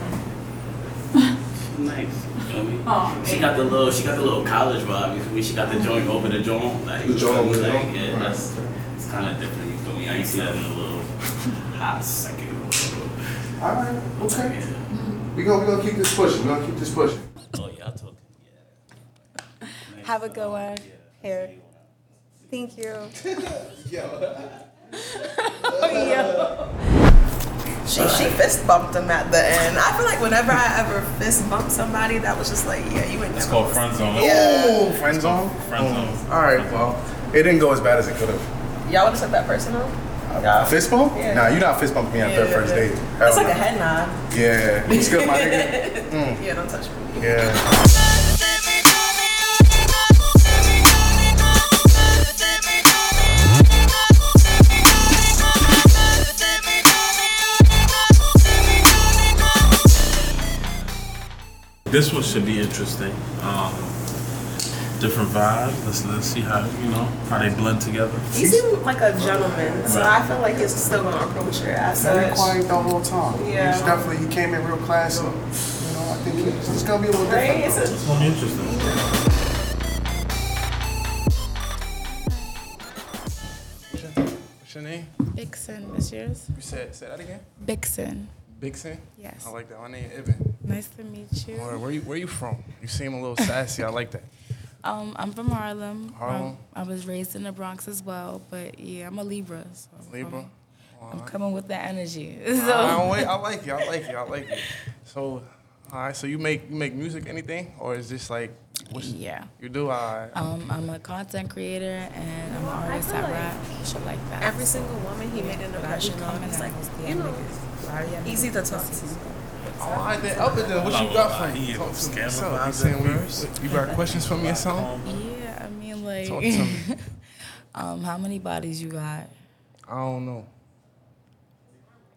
Nice. You feel me?
Oh,
She got the little, she got the little college vibe. You feel me? She got the joint over the joint, like
The
you feel
joint
me?
over the
like,
joint?
yeah,
Right.
that's it's kind of different. You feel me? I ain't see that in a little hot second. or so.
All right. Okay.
Yeah.
We gonna we gonna keep this pushing. We gonna keep this pushing.
Oh yeah, I took.
Have a good one. Here. Thank you.
She, she fist bumped him at the end. I feel like whenever I ever fist bump somebody, that was just like, yeah, you ain't
It's
never.
called friend zone.
Yeah.
Ooh, friend zone.
Friend zone.
All right. Well, it didn't go as bad as it could have.
Y'all would have took that personal?
Fist bump?
Yeah.
Nah, you're not fist bumping me after
Yeah,
a first
yeah.
date.
That's
Hell
like a
no.
head nod.
Yeah, it's good, my nigga. Mm.
Yeah, don't touch me.
Yeah.
This one should be interesting. Um, different vibes. Let's let's see how you know how they blend together.
You seem like a gentleman, so I feel like it's still gonna approach her as
Very
such.
quiet the whole time.
Yeah.
He's definitely, he came in real classy. You know, I think he's, it's gonna be a little
Right? It's
different.
a,
This one interesting.
What's your name?
Bixen is yours?
You said say that again.
Bixen.
Bigson.
Yes.
I like that. My name is Ivan.
Nice to meet you.
Where, where you where you from? You seem a little sassy. I like that.
Um, I'm from Harlem. Um,
Harlem.
i I was raised in the Bronx as well, but yeah, I'm a Libra. So I'm
Libra.
coming- I'm coming with the energy.
I,
So
don't wait. I like you. I like you. I like you. So, all right. So you make you make music, anything, or is this like? What's,
yeah.
You do. I.
Um, I'm a content creator and I'm an artist. I rap, shit like that.
every single woman he made an
But I
impression
should
on.
come and
He's
I
like,
was the
you know,
young niggas. Sorry, I'm
easy to talk to.
Oh,
All right, then up it then. What you got for me? Talk to me. What's up? You saying we, you got questions for me or something?
Yeah, I mean, like,
Talk to me.
um, how many bodies you got?
I don't know.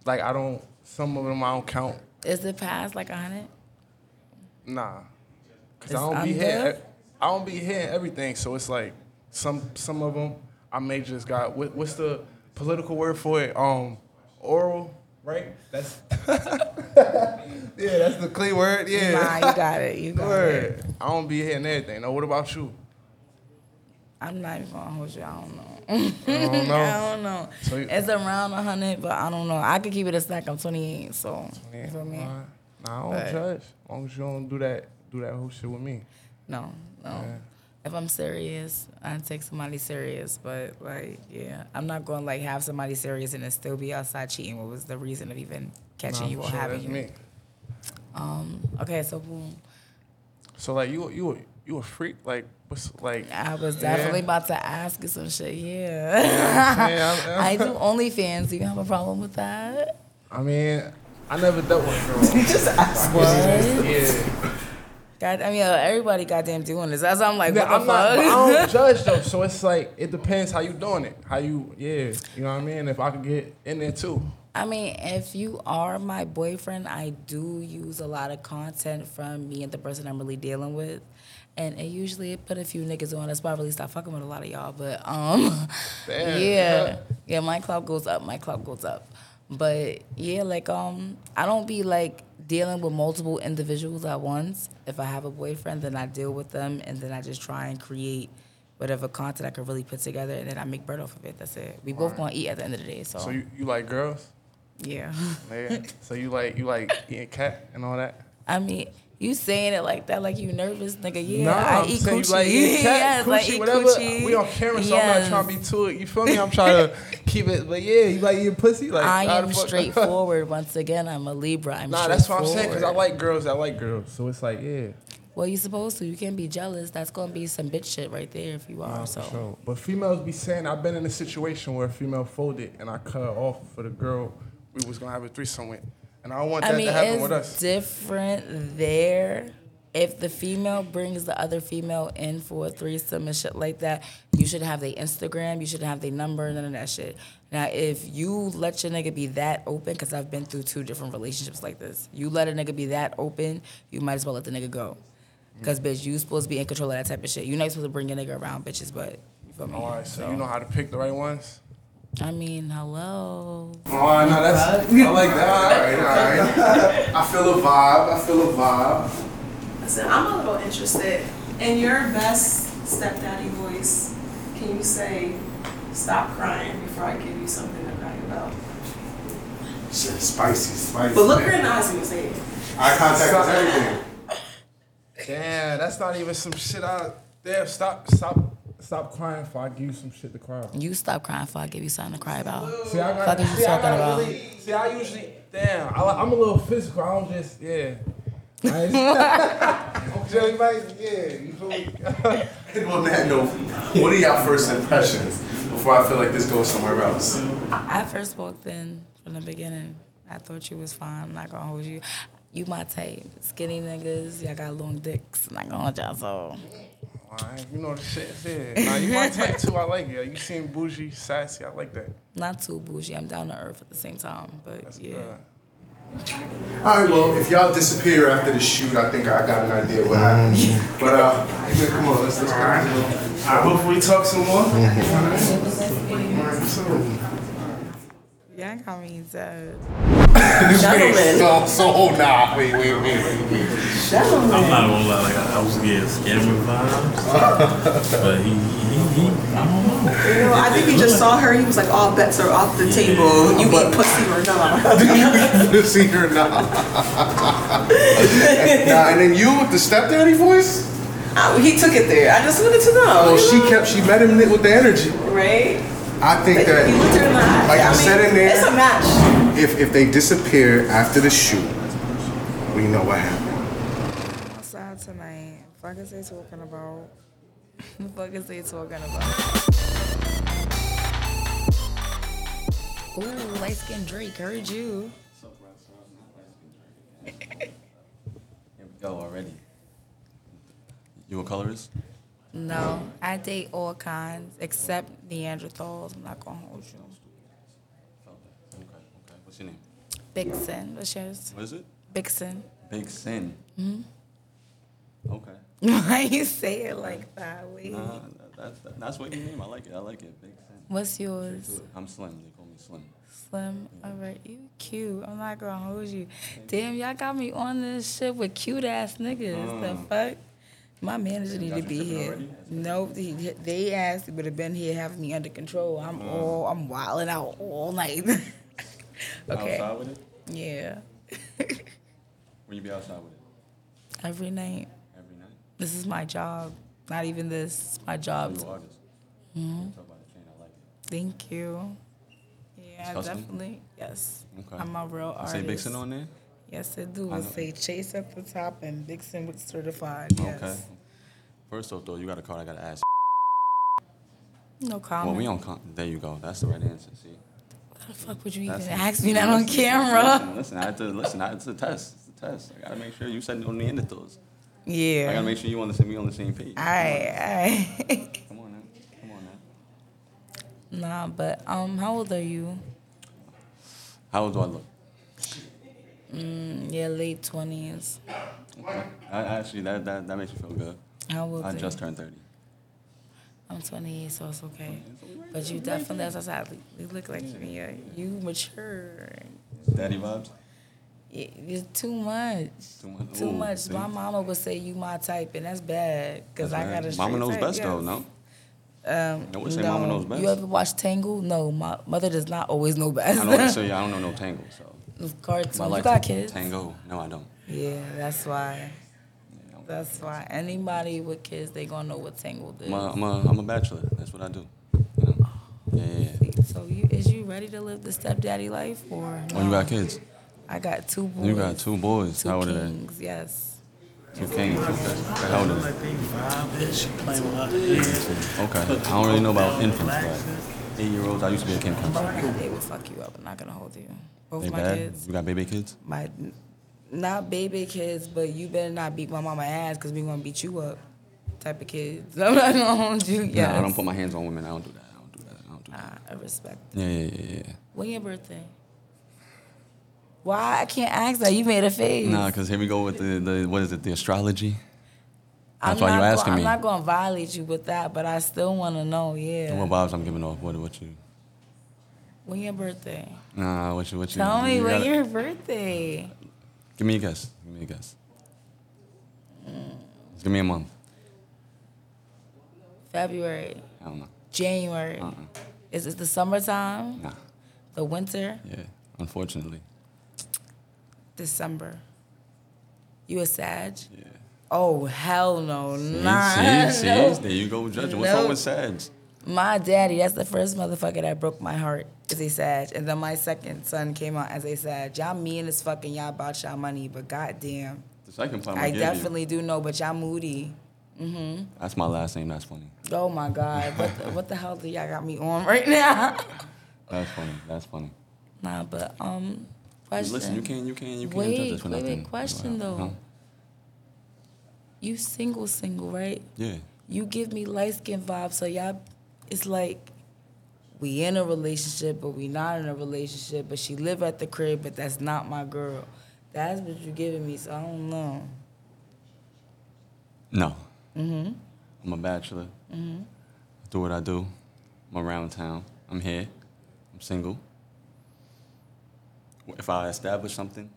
Like I don't. Some of them I don't count.
Is it past like a hundred?
Nah, cause
It's
I don't be
under?
here. I don't be here and everything. So it's like some some of them I may just got. What, what's the political word for it? Um, oral, right? That's yeah, that's the clean word. Yeah,
Nah, you got it. You got it.
word. I don't be here and everything. Now what about you?
I'm not even gonna hold you. I don't know.
don't know.
I don't know.
So you-
it's around a hundred, but I don't know. I could keep it a stack. I'm 28, so you feel me?
Nah, I don't
But-
judge. As long as you don't do that, do that whole shit with me.
No, no. If I'm serious, I take somebody serious. But like, yeah, I'm not gonna like have somebody serious and then still be outside cheating. What was the reason of even catching
Nah,
you
for
or
sure,
having
that's
you?
me.
Um. Okay, so boom.
So like you you you a freak? Like what's like?
I was definitely about to ask you some shit. Yeah.
Yeah,
I do OnlyFans. Do you have a problem with that?
I mean, I never dealt with girls.
Just ask. What?
yeah.
God, I mean, uh, everybody goddamn doing this. That's why I'm like,
Now,
what the
I'm not, but
fuck?
I don't judge though, so it's like it depends how you doing it, how you, yeah, you know what I mean. If I could get in there too,
I mean, if you are my boyfriend, I do use a lot of content from me and the person I'm really dealing with. And it usually put a few niggas on. That's why I really stopped fucking with a lot of y'all. But um
Damn,
yeah.
yeah.
Yeah, my club goes up, my club goes up. But yeah, like um I don't be like dealing with multiple individuals at once. If I have a boyfriend, then I deal with them and then I just try and create whatever content I can really put together and then I make bread off of it. That's it. We both gonna eat at the end of the day. So,
so you, you like girls,
yeah.
yeah. so you like you like eating cat and all that.
I mean, you saying it like that, like you nervous, nigga. Yeah,
Nah,
I
I'm
eat
saying you
coochie.
Like, eating cat,
yes,
coochie,
I eat
whatever.
coochie.
We on camera, so
Yes.
I'm not trying to be too. You feel me? I'm trying to keep it, but yeah, you like eating pussy. Like
I
how the
am
fuck-
straightforward. Once again, I'm a Libra. I'm
Nah, that's what I'm saying. Cause I
straightforward.
like girls. I like girls. So it's like, yeah.
Well, you supposed to. You can't be jealous. That's gonna be some bitch shit right there if you are.
Nah, for
so
sure. But females be saying I've been in a situation where a female folded and I cut her off for the girl we was gonna have a threesome with, and I don't want
I
that
mean,
to happen with
it's
us.
different there. If the female brings the other female in for a threesome and shit like that, you should have their Instagram, you should have their number, none of that shit. Now, if you let your nigga be that open, because I've been through two different relationships like this, you let a nigga be that open, you might as well let the nigga go. Because, bitch, you supposed to be in control of that type of shit. You're not supposed to bring your nigga around bitches, but you feel me?
All right, so you know how to pick the right ones.
I mean, hello.
Oh, no, that's I like that. All right, all right. I feel a vibe. I feel a vibe.
Listen, I'm a little interested. In your best stepdaddy voice, can you say, stop crying before I give you something to cry about?
Shit, spicy, spicy.
But look her in the eyes when you say it.
Eye contact is everything.
Damn, that's not even some shit. I damn stop stop stop crying if I give you some shit to cry. about.
You stop crying before I give you something to cry about.
See, I got.
Fuck is you
See, I
talking
got
about?
really. See, I usually. Damn, I, li- I'm a little physical. I don't just. Yeah. I just- Joe, you might- yeah, you feel me?
And on that note, what are y'all first impressions before I feel like this goes somewhere else?
I first walked in from the beginning. I thought you was fine. I'm not gonna hold you. You my type. Skinny niggas. Y'all got long dicks. I'm not gonna hold y'all. So
Alright, you know the shit. Yeah. Nah, you my type too. I like it. You seem bougie, sassy. I like that.
not too bougie. I'm down to earth at the same time. But
That's
yeah.
good.
All right, well, if y'all disappear after the shoot, I think I got an idea what happened.
Mm-hmm.
But uh, yeah, come on, let's let's go.
I hope we talk some more.
Y'all got me dead.
Wait, so, so Oh, nah, wait, wait, wait, wait.
I'm not gonna lie, like I was getting scammer vibes, but he, he, he, I don't know.
You know, I think he just saw her. He was like, all bets are off the table. You eat pussy or not.
wait. See her nah. nah, and then you with the stepdaddy voice?
I- Oh, he took it there. I just wanted to know.
Oh,
you
she
know?
kept, she met him with the energy.
Right?
I think that.
you looked her in the eyes.
Like I
mean,
said in there-
It's a match.
If, if they disappear after the shoot, we know what happened.
Outside tonight. Fuck is they talking about? fuck is they talking about? Ooh, light skin Drake. Heard you.
Yo, already. You a colorist?
No, I date all kinds except Neanderthals. I'm not gonna hold you.
Okay, okay. What's your name?
Bixen, what's yours?
What is it?
Bixen. Mm-hmm.
Big Sin. Okay.
Why you say it like that? Wait.
Nah, that- that's, that's what you name. I like it. I like it. Big Sin.
What's
Straight
yours?
to it. I'm Slim. They call me Slim.
Slim. All right, you cute. I'm not gonna hold you. Damn, y'all got me on this shit with cute ass niggas.
Hmm.
The fuck? My manager need to be here. Nope, he, they asked, he would have been here, have me under control. I'm
Hmm.
all, I'm wilding out all night. okay.
Outside with it?
Yeah.
When you be outside with it?
Every night.
Every night?
This is my job. Not even this. It's my job.
You artist.
hmm.
Mm-hmm. Talk about the chain. I like it.
Thank you. Yeah,
Disgusting?
definitely. Yes.
Okay.
I'm a real
You
artist.
Say Big Sin on there?
Yes, it do.
I
It
know.
say Chase at the top and Vixen with certified. Yes.
Okay. First off, though, you got a card I got to ask.
No
Well,
comment.
we on con- There you go. That's the right answer. See?
Why the fuck would you even
That's-
ask me that on
Listen,
camera?
Listen, listen, I had to, listen I, it's a test. It's a test. I got to make sure you said no Neanderthals. I got
Yeah.
to make sure you on the same, we on the same page.
All right, all right.
Come on now. Come on now.
nah, but um, how old are you?
How old do I look?
Mm, Yeah, late twenties.
I, actually, that, that, that makes me feel good.
How old?
I
are
just
you?
turned 30.
I'm 28, so it's okay. But you definitely, as I said, you look like you, you mature.
Daddy vibes?
Yeah, It's too much.
Too much.
Too
Ooh,
much.
see?
My mama would say you my type, and that's bad because
That's
I
right.
got a
Mama
straight
knows
type,
best,
yes.
though, no?
Um,
I would say mama knows best.
You ever watch Tangle? No, my mother does not always know best.
I know, so yeah, I don't know no tango, so.
Cartoons.
But I
You
like
got
to-
kids.
Tango. No, I don't.
Yeah, that's why.
Yeah, I don't.
That's why. Anybody with kids, they gonna know what Tangled is.
I'm a, I'm a, I'm a bachelor. That's what I do. You know? Yeah, yeah, yeah.
So you is you ready to live the stepdaddy life or? No?
When Oh, you got kids,
I got two boys.
you got two boys.
Two
How old are they?
kings. Yes.
Two kings. Okay. How old are they?
playing with her hair.
Okay. I don't really know about infants, but eight year olds. I used to be a king counselor.
They will fuck you up. I'm not gonna hold you. Both
They
my
bad.
kids.
You got baby kids?
My not baby kids, but you better not beat my mama ass because we gonna beat you up. Type of kids. I'm not gonna hold you. Yeah.
No, I don't put my hands on women. I don't do that. I don't do that. I don't do that.
I respect.
Yeah, yeah, yeah, yeah.
When your birthday? Why I can't ask that? You made a face.
Nah, cause here we go with the, the what is it? The astrology.
I'm
that's why
not
you
gonna-
asking me.
I'm not gonna violate you with that, but I still wanna know. Yeah.
What vibes I'm giving off? What what you?
When your birthday?
Nah, what you what you?
Tell me
you
when
gotta-
your birthday.
Give me a guess. Give me a guess. Just give me a month.
February,
I don't know. Uh-uh.
January. Is it the summertime?
Nah.
The winter?
Yeah. Unfortunately.
December. You a Sag?
Yeah.
Oh hell no,
See,
nah.
see, see?
no.
There you go, judge. What's wrong
No.
with Sag?
My daddy, that's the first motherfucker that broke my heart, is a Sag. And then my second son came out as a Sag. Y'all mean as fucking y'all about y'all money, but goddamn.
The second time I,
I
give
definitely do know, but y'all moody. Mm-hmm.
You. That's my last name. That's funny.
Oh my God. What the, what the hell do y'all got me on right now?
That's funny. That's funny.
nah, but um question.
Listen, you can't, you can't, you can't
wait,
judge us for
wait,
nothing.
wait, question
Wow.
though.
Huh?
You single single, right?
Yeah.
you give me light skin vibes, so y'all, it's like we in a relationship, but we not in a relationship. But she live at the crib, but that's not my girl. That's what you giving me, so I don't know.
No. Mm-hmm. I'm a bachelor. Mm-hmm. I do what I do. I'm around town. I'm here. I'm single. If I establish something,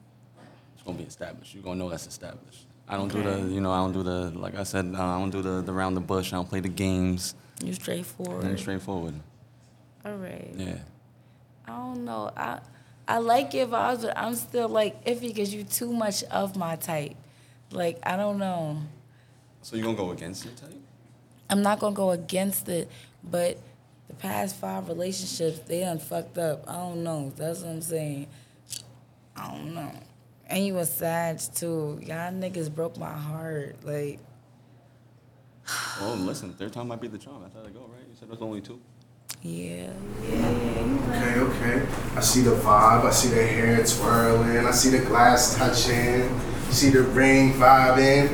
it's gonna be established. You're gonna know that's established. I don't do the, you know, I don't do the, like I said, uh, I don't do the, the round the bush. I don't play the games.
You
I'm
straightforward.
straightforward.
All right.
Yeah.
I don't know. I I like your vibes, but I'm still like iffy because you too much of my type. Like I don't know.
So you gonna go against your type?
I'm not gonna go against it, but the past five relationships, they done fucked up. I don't know. That's what I'm saying. I don't know. And you was sad too. Y'all niggas broke my heart. Like,
Oh, listen, third time might be the charm. I thought I go right. You said there's only two.
yeah.
Okay, okay. I see the vibe. I see the hair twirling. I see the glass touching. See the ring vibe in.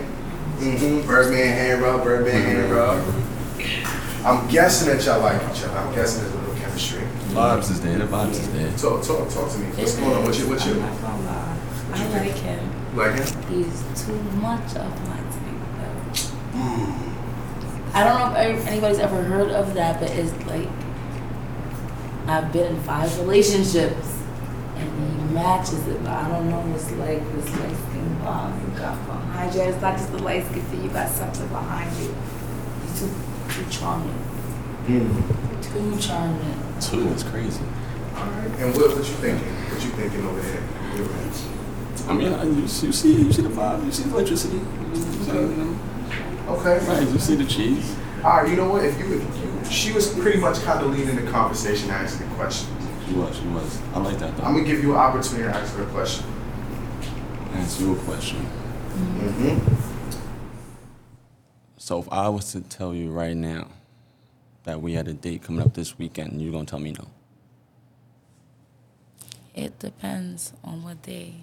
Mm-hmm. Birdman hand rub, Birdman hand rub.
Mm-hmm.
I'm guessing that y'all like each other. I'm guessing there's a little chemistry.
Vibes is there. The vibes is there.
Talk, talk, talk to me. What's going on? What's your, what's your?
I like him.
Like him?
He's too much of my type. though.
Hmm.
I don't know if ev- anybody's ever heard of that, but it's like I've been in five relationships and he matches it, but I don't know what's like this light skin bomb you got behind you. It's not just the light skin thing, you got something behind you. He's too, too charming. Too charming.
Two is crazy.
And what, what you thinking? What you thinking over there? Your range.
I mean, I- you see, you see, you see the vibe. You see the electricity. You know,
Okay.
Right. You see the cheese.
All right, you know what? If you, if you she was pretty much kind of leading the conversation, asking the question.
She was. She was. I like that though.
I'm gonna give you an opportunity to ask her a question.
Ask you a question.
Mm-hmm.
So if I was to tell you right now that we had a date coming up this weekend, you're gonna tell me no.
It depends on what day.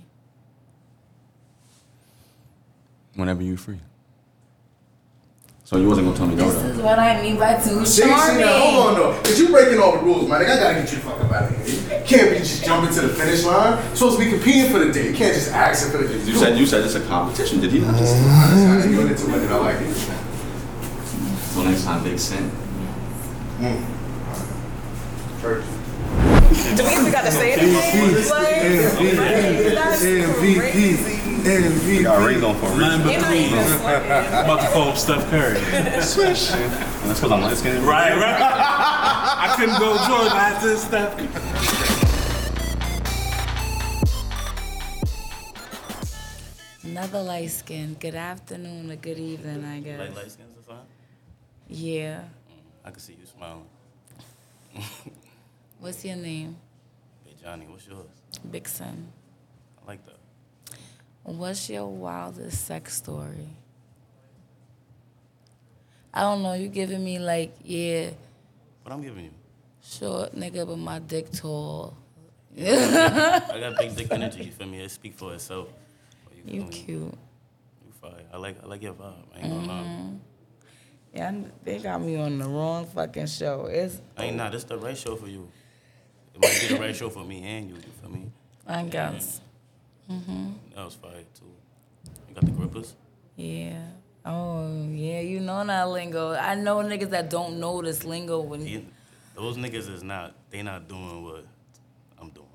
Whenever you're free. So you wasn't gonna tell me no
This is
though.
what I mean by too
See, see, now, hold on
charming.
though, cause you breaking all the rules, man. I gotta get you the fuck up out of here. You can't be just jumping to the finish line. You're supposed to be competing for the day. You can't just ask her for the day.
You said you said it's a competition. Did he not just?
you in it too much, and I like it.
So next time, big sin.
Mm. First.
Do we even gotta say anything? Like, that's crazy.
We got a ring on for a reason.
You're not even fucking-
About to call him Steph Curry.
Swish. And that's because I'm light skinned.
Right, right. I couldn't go Jordan. I had to Steph. Curry.
Another light skin. Good afternoon or good evening, I guess.
Like light skins or something?
Yeah.
I can see you smiling.
What's your name?
Hey Johnny, what's yours?
Big Son.
I like that.
What's your wildest sex story? I don't know. You giving me like, yeah,
What I'm giving you?
short nigga, but my dick tall.
I got big dick energy. You feel me? It speak for itself. But
You
feel me?
cute. Mm-hmm.
You fire. I like. I like your vibe. I ain't gonna lie.
Yeah, I'm- they got me on the wrong fucking show. It's
I ain't not. This the right show for you. It might be the right show for me and you. You feel me?
I guess. Mm-hmm.
That was fire too. You got the grippers.
Yeah. Oh yeah, you know that lingo. I know niggas that don't know this lingo when
They- Those niggas is not. They not doing what I'm doing.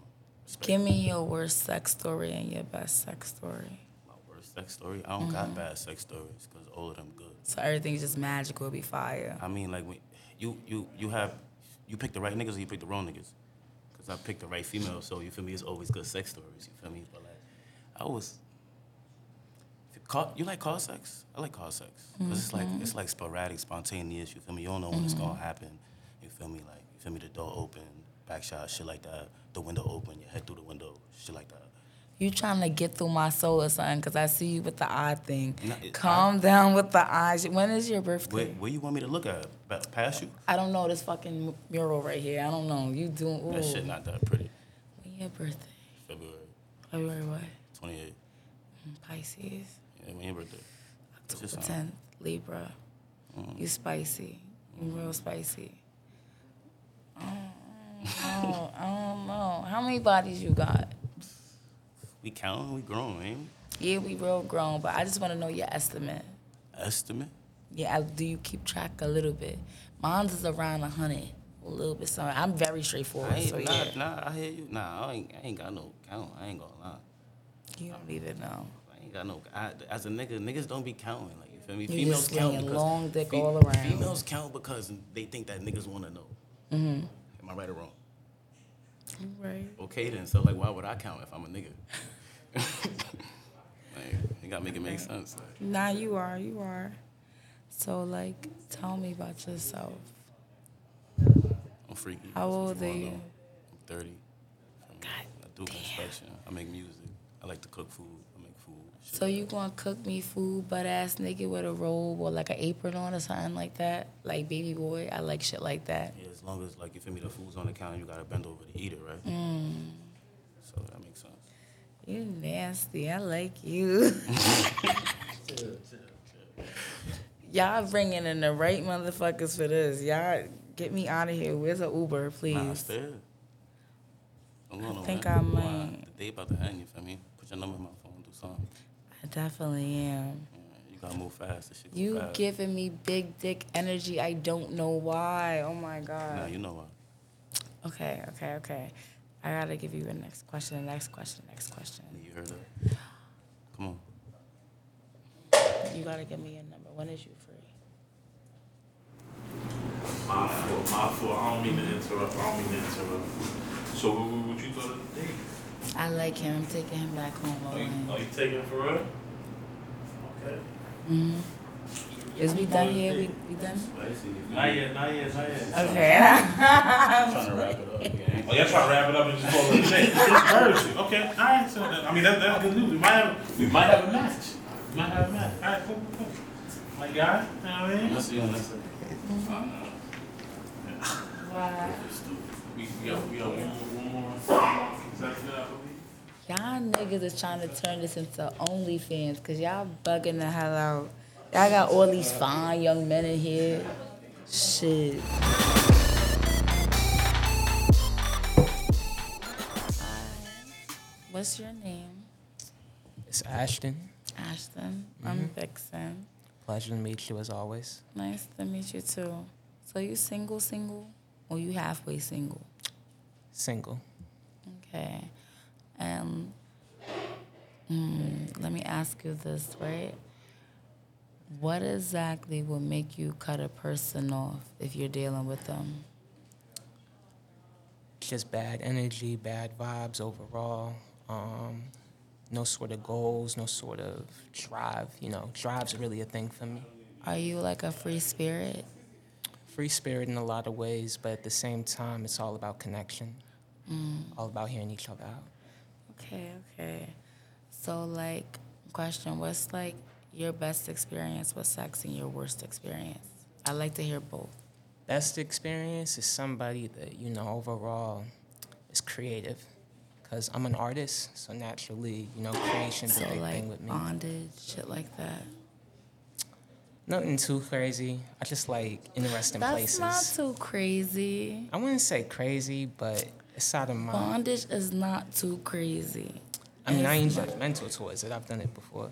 Give me your worst sex story and your best sex story.
My worst sex story. I don't got bad sex stories because all of them good.
Mm-hmm. So everything's just magical, be fire.
I mean, like, when you you you have you pick the right niggas or you pick the wrong niggas. Cause I picked the right female, so you feel me. It's always good sex stories. You feel me? But like, I was. if you Car, you like car sex? I like car sex. because it's like it's like sporadic, spontaneous. You feel me? You don't know when it's gonna happen. You feel me? Like you feel me? The door open, back shot, shit like that. The window open, your head through the window, shit like that.
You trying to get through my soul or something? Cause I see you with the eye thing.
No, it-
Calm down with the eyes. When is your
Where,
birthday?
where you want me to look at? Ba- Past you?
I don't know this fucking mu- mural right here. I don't know. You doing? Ooh.
That shit not that pretty.
When your birthday?
February
February what? Mm,
28th.
Pisces.
Yeah, when your birthday? It's just
October
on.
tenth. Libra. You spicy. You real spicy. I don't, I don't- I don't know. How many bodies you got?
We counting, we growing, ain't
Yeah, we real grown, but I just want to know your estimate.
we? Estimate?
Yeah, I, do you keep track a little bit? Mine's is around a hundred, a little bit. Something. I'm very straightforward,
I ain't,
so
nah,
yeah,
nah, I hear you. Nah, I ain't, I ain't got no count. I ain't gonna lie.
you don't even know.
I ain't got no. I, as a nigga, niggas don't be counting. Like you feel me?
You just
count
slinging
because-
long dick all around.
Females count because they think that niggas want to know.
Mm-hmm.
Am I right or wrong?
Right.
Okay then. So like, why would I count if I'm a nigga? like, you gotta make it make sense. Like,
Nah, you are, you are. So like, tell me about yourself.
I'm freaky.
How
That's what
old are
wanna
you?
know. I'm 30. I'm- I do construction. I make music. I like to cook food. I make food. Shit
So
like
you gonna cook me food, butt ass naked with a robe or like an apron on or something like that? Like baby boy, I like shit like that.
Yeah, as long as
Mm.
like you feel me, the food's on the counter, you gotta bend over to eat it, right? So that makes sense.
You nasty. I like you. Y'all bringing in the right motherfuckers for this. Y'all get me out of here. Where's an Uber, please?
Nah, stay. I'm going
I think uh,
around.
I
Go
might-
on. The day about to end, you feel me? Put your number in my phone, do something.
I definitely am.
You gotta move fast. This shit go
You
fast.
giving me big dick energy. I don't know why. Oh my god.
Nah, you know what?
Okay, okay, okay. I gotta give you a next question, a next question, next question.
You heard her. Come on.
You gotta give me a number. When is you free?
My fault, my fault. I don't mean to interrupt. I don't mean to interrupt. So what, what, what you thought of the date?
I like him. I'm taking him back home.
Are you, are you taking it for real? Okay.
Mm-hmm. Is we done here? We, we done?
Not yet, not yet, not yet.
Okay.
Trying to wrap it up.
Oh, y'all trying to wrap it up and just call it a day. Encourage you. Okay, all right. So that, I mean, that, that's good news. We might have, we might have a match. We might have a match. All right, cool, cool, cool. My guy, you know what I mean?
Let's see you next time.
Wow.
We, we got, we got one more, one more. Exactly, I believe.
Y'all niggas is trying to turn this into OnlyFans because y'all bugging the hell out. Y'all got all these fine young men in here. Shit. What's your name?
It's Ashton.
Ashton. I'm Vixen.
Pleasure to meet you as always.
Nice to meet you too. So you single, single, or you halfway single?
Single.
Okay. Um, mm, let me ask you this, right? What exactly will make you cut a person off if you're dealing with them?
Just bad energy, bad vibes overall. Um, no sort of goals, no sort of drive. You know, drive's really a thing for me.
Are you like a free spirit?
Free spirit in a lot of ways, but at the same time, it's all about connection,
Mm,
all about hearing each other out.
okay, okay. So, like, question what's like your best experience with sex and your worst experience? I like to hear both.
Best experience is somebody that, you know, overall is creative. Because I'm an artist, so naturally, you know, creation's
So,
a big
like,
thing with me.
bondage, shit like that.
Nothing too crazy. I just like interesting
That's
places.
not too crazy.
I wouldn't say crazy, but it's out of my.
Bondage is not too crazy.
I mean, I ain't
It's
judgmental towards it. I've done it before.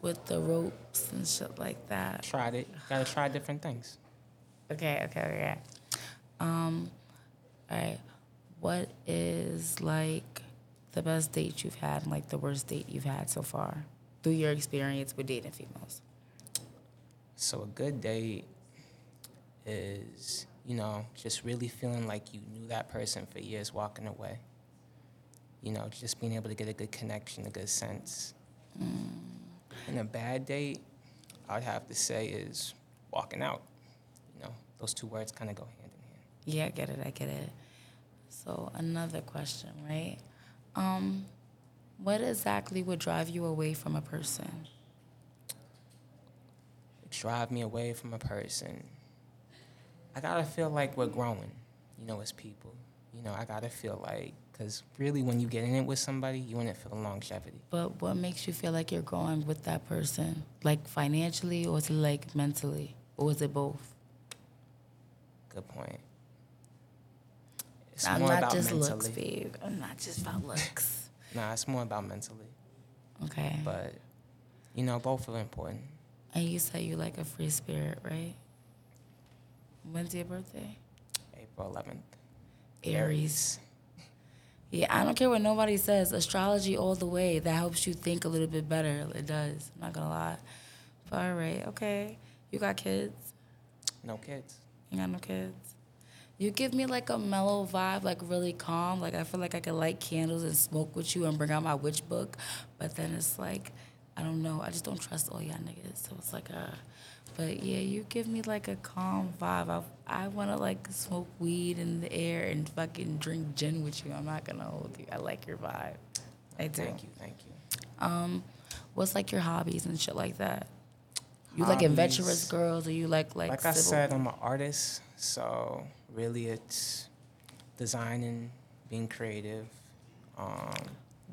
With the ropes and shit like that.
Tried it. Gotta try different things.
Okay, okay, okay. Um, all right. What is like the best date you've had and like the worst date you've had so far through your experience with dating females?
So a good date is, you know, just really feeling like you knew that person for years walking away. You know, just being able to get a good connection, a good sense.
Mm.
And a bad date, I'd have to say, is walking out. You know, those two words kind of go hand in hand.
Yeah, I get it. I get it. So another question, right? Um, what exactly would drive you away from a person?
drive me away from a person. I gotta feel like we're growing, you know, as people. You know, I gotta feel like, because really when you get in it with somebody, you in it for the longevity.
But what makes you feel like you're growing with that person? Like financially or is it like mentally? Or is it both?
Good point.
I'm not just looks, babe. I'm not just about looks.
nah, it's more about mentally.
Okay.
But, you know, both are important.
And you say you like a free spirit, right? When's your birthday?
April 11th.
Aries. Yeah, I don't care what nobody says. Astrology all the way. That helps you think a little bit better. It does. I'm not gonna lie. But all right, okay. You got kids?
No kids.
You got no kids? You give me like a mellow vibe, like really calm. Like I feel like I could light candles and smoke with you and bring out my witch book. But then it's like, I don't know. I just don't trust all y'all niggas. So it's like a, but yeah, you give me like a calm vibe. I, I want to like smoke weed in the air and fucking drink gin with you. I'm not gonna hold you. I like your vibe. I do.
Thank you, thank you.
Um, what's like your hobbies and shit like that? You like
Hobbies.
adventurous girls, or you like like?
Like, I
civil-
said, I'm an artist, so really it's designing, being creative. Um,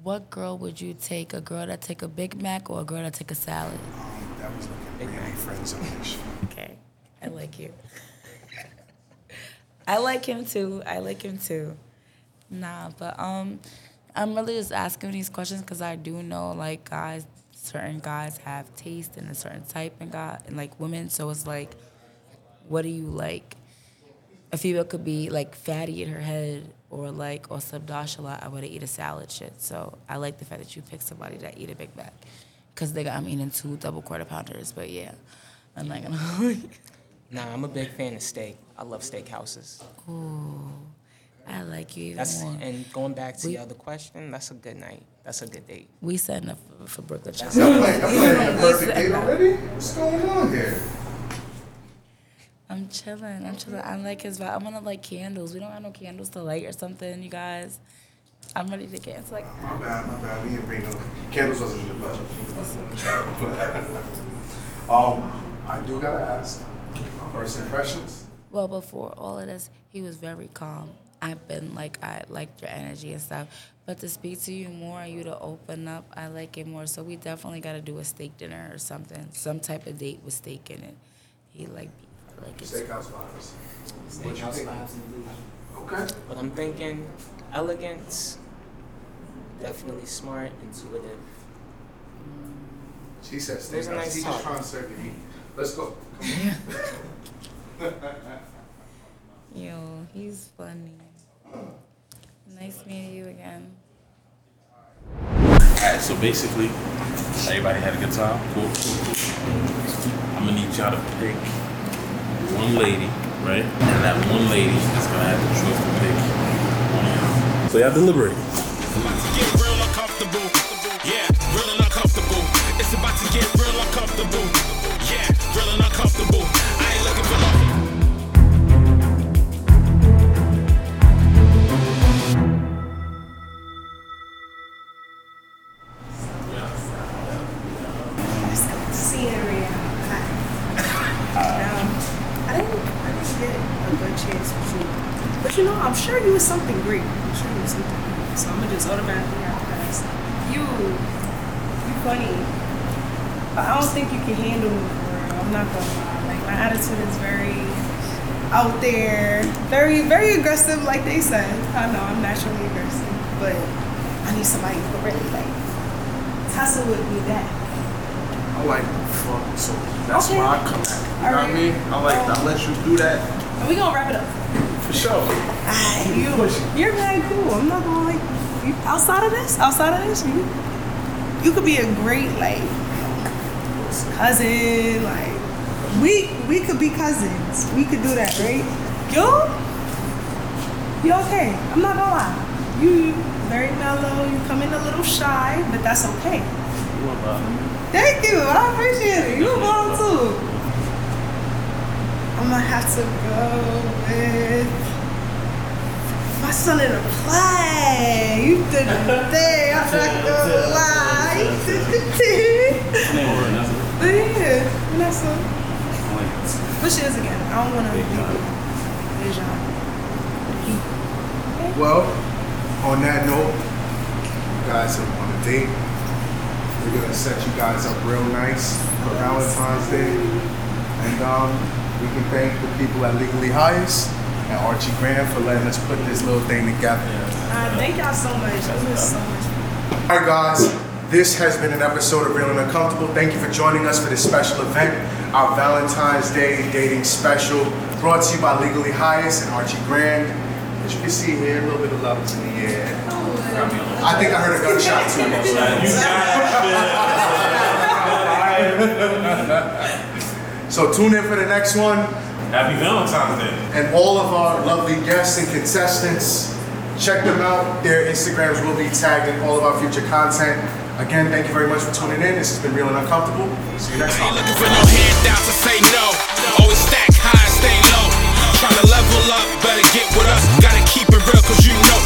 What girl would you take? A girl that take a Big Mac or a girl that take a salad?
That was looking really friend zone-ish.
Okay, I like you. I like him too. I like him too. Nah, but um, I'm really just asking these questions because I do know like guys, certain guys have taste and a certain type, and God and like women. So it's like, what do you like? A female could be like fatty in her head, or like or subdoshala. I would eat a salad shit. So I like the fact that you pick somebody that eat a Big Mac, cause they got I'm eating two double quarter pounders. But yeah, I'm not gonna.
Nah, I'm a big fan of steak. I love steakhouses.
Ooh, I like you even
That's
more.
and going back to
We-
the other question, that's a good night. That's a good date.
We setting up for, for Brooklyn.
That's-
Chocolate.
I'm playing- I'm playing the
We
perfect
setting
game
up.
already? What's going on here?
I'm chilling. I'm chilling. I like his vibe. I'm gonna like candles. We don't have no candles to light or something, you guys. I'm ready to get into like.
My bad, my bad. We didn't bring no candles wasn't in the budget. um, I do gotta ask. my First impressions.
Well, before all of this, he was very calm. I've been like, I liked your energy and stuff. But to speak to you more and you to open up, I like it more. So we definitely got to do a steak dinner or something, some type of date with steak in it. He like, I like it.
Steakhouse vibes. What you
Steakhouse
think?
vibes
Okay.
But I'm thinking elegance, definitely smart, intuitive.
She said
It was a
steakhouse.
nice
She's
talk.
just trying to serve you. Let's go. Come on.
Yo, he's funny. Nice meeting you again.
Alright, so basically, everybody had a good time. Cool. I'm gonna need y'all to pick one lady, right? And that one lady is gonna have the choice to pick one of y'all. So y'all deliberate.
Scenery. Um, I didn't, I didn't get a good chance with you. But you know, I'm sure you was something great. I'm sure you was something great. So I'm gonna just automatically outcast. You, you funny. But I don't think you can handle me for real. I'm not gonna lie. Like my attitude is very out there, very, very aggressive, like they said. I know I'm naturally aggressive, but I need somebody who can really like tussle with me back.
I like fuck, so that's
Okay.
why I come back. You know what I
Alright.
mean? I like I let you do that
And we gonna wrap it up.
for sure.
You, you're mad cool. I'm not gonna like you, outside of this. Outside of this, you you could be a great like cousin. Like we we could be cousins. We could do that, right? You you okay? I'm not gonna lie. You very mellow. You come in a little shy, but that's okay. Thank you. I appreciate it. You a ball too. I'm gonna have to go with my son in a play. You did the thing. I'm not gonna lie. You did the thing. But yeah, Vanessa. What she is again? I don't wanna be Deja.
Well, on that note, you guys are on a date. We're gonna set you guys up real nice for Valentine's Day. And um, we can thank the people at Legally Highest and Archie Graham for letting us put this little thing together.
Uh, thank y'all so much. It was so much fun.
All right, guys. This has been an episode of Real and Uncomfortable. Thank you for joining us for this special event, our Valentine's Day dating special, brought to you by Legally Highest and Archie Grand. As you can see here, a little bit of love is in the air. I think I heard a gunshot too. so tune in for the next one.
Happy Valentine's Day.
And all of our lovely guests and contestants, check them out. Their Instagrams will be tagged in all of our future content. Again, thank you very much for tuning in. This has been Real and Uncomfortable. See you next time.
Put no hand down to say no. Always stack high, stay low. Tryna level up, better get with us. Gotta keep it real, cause you know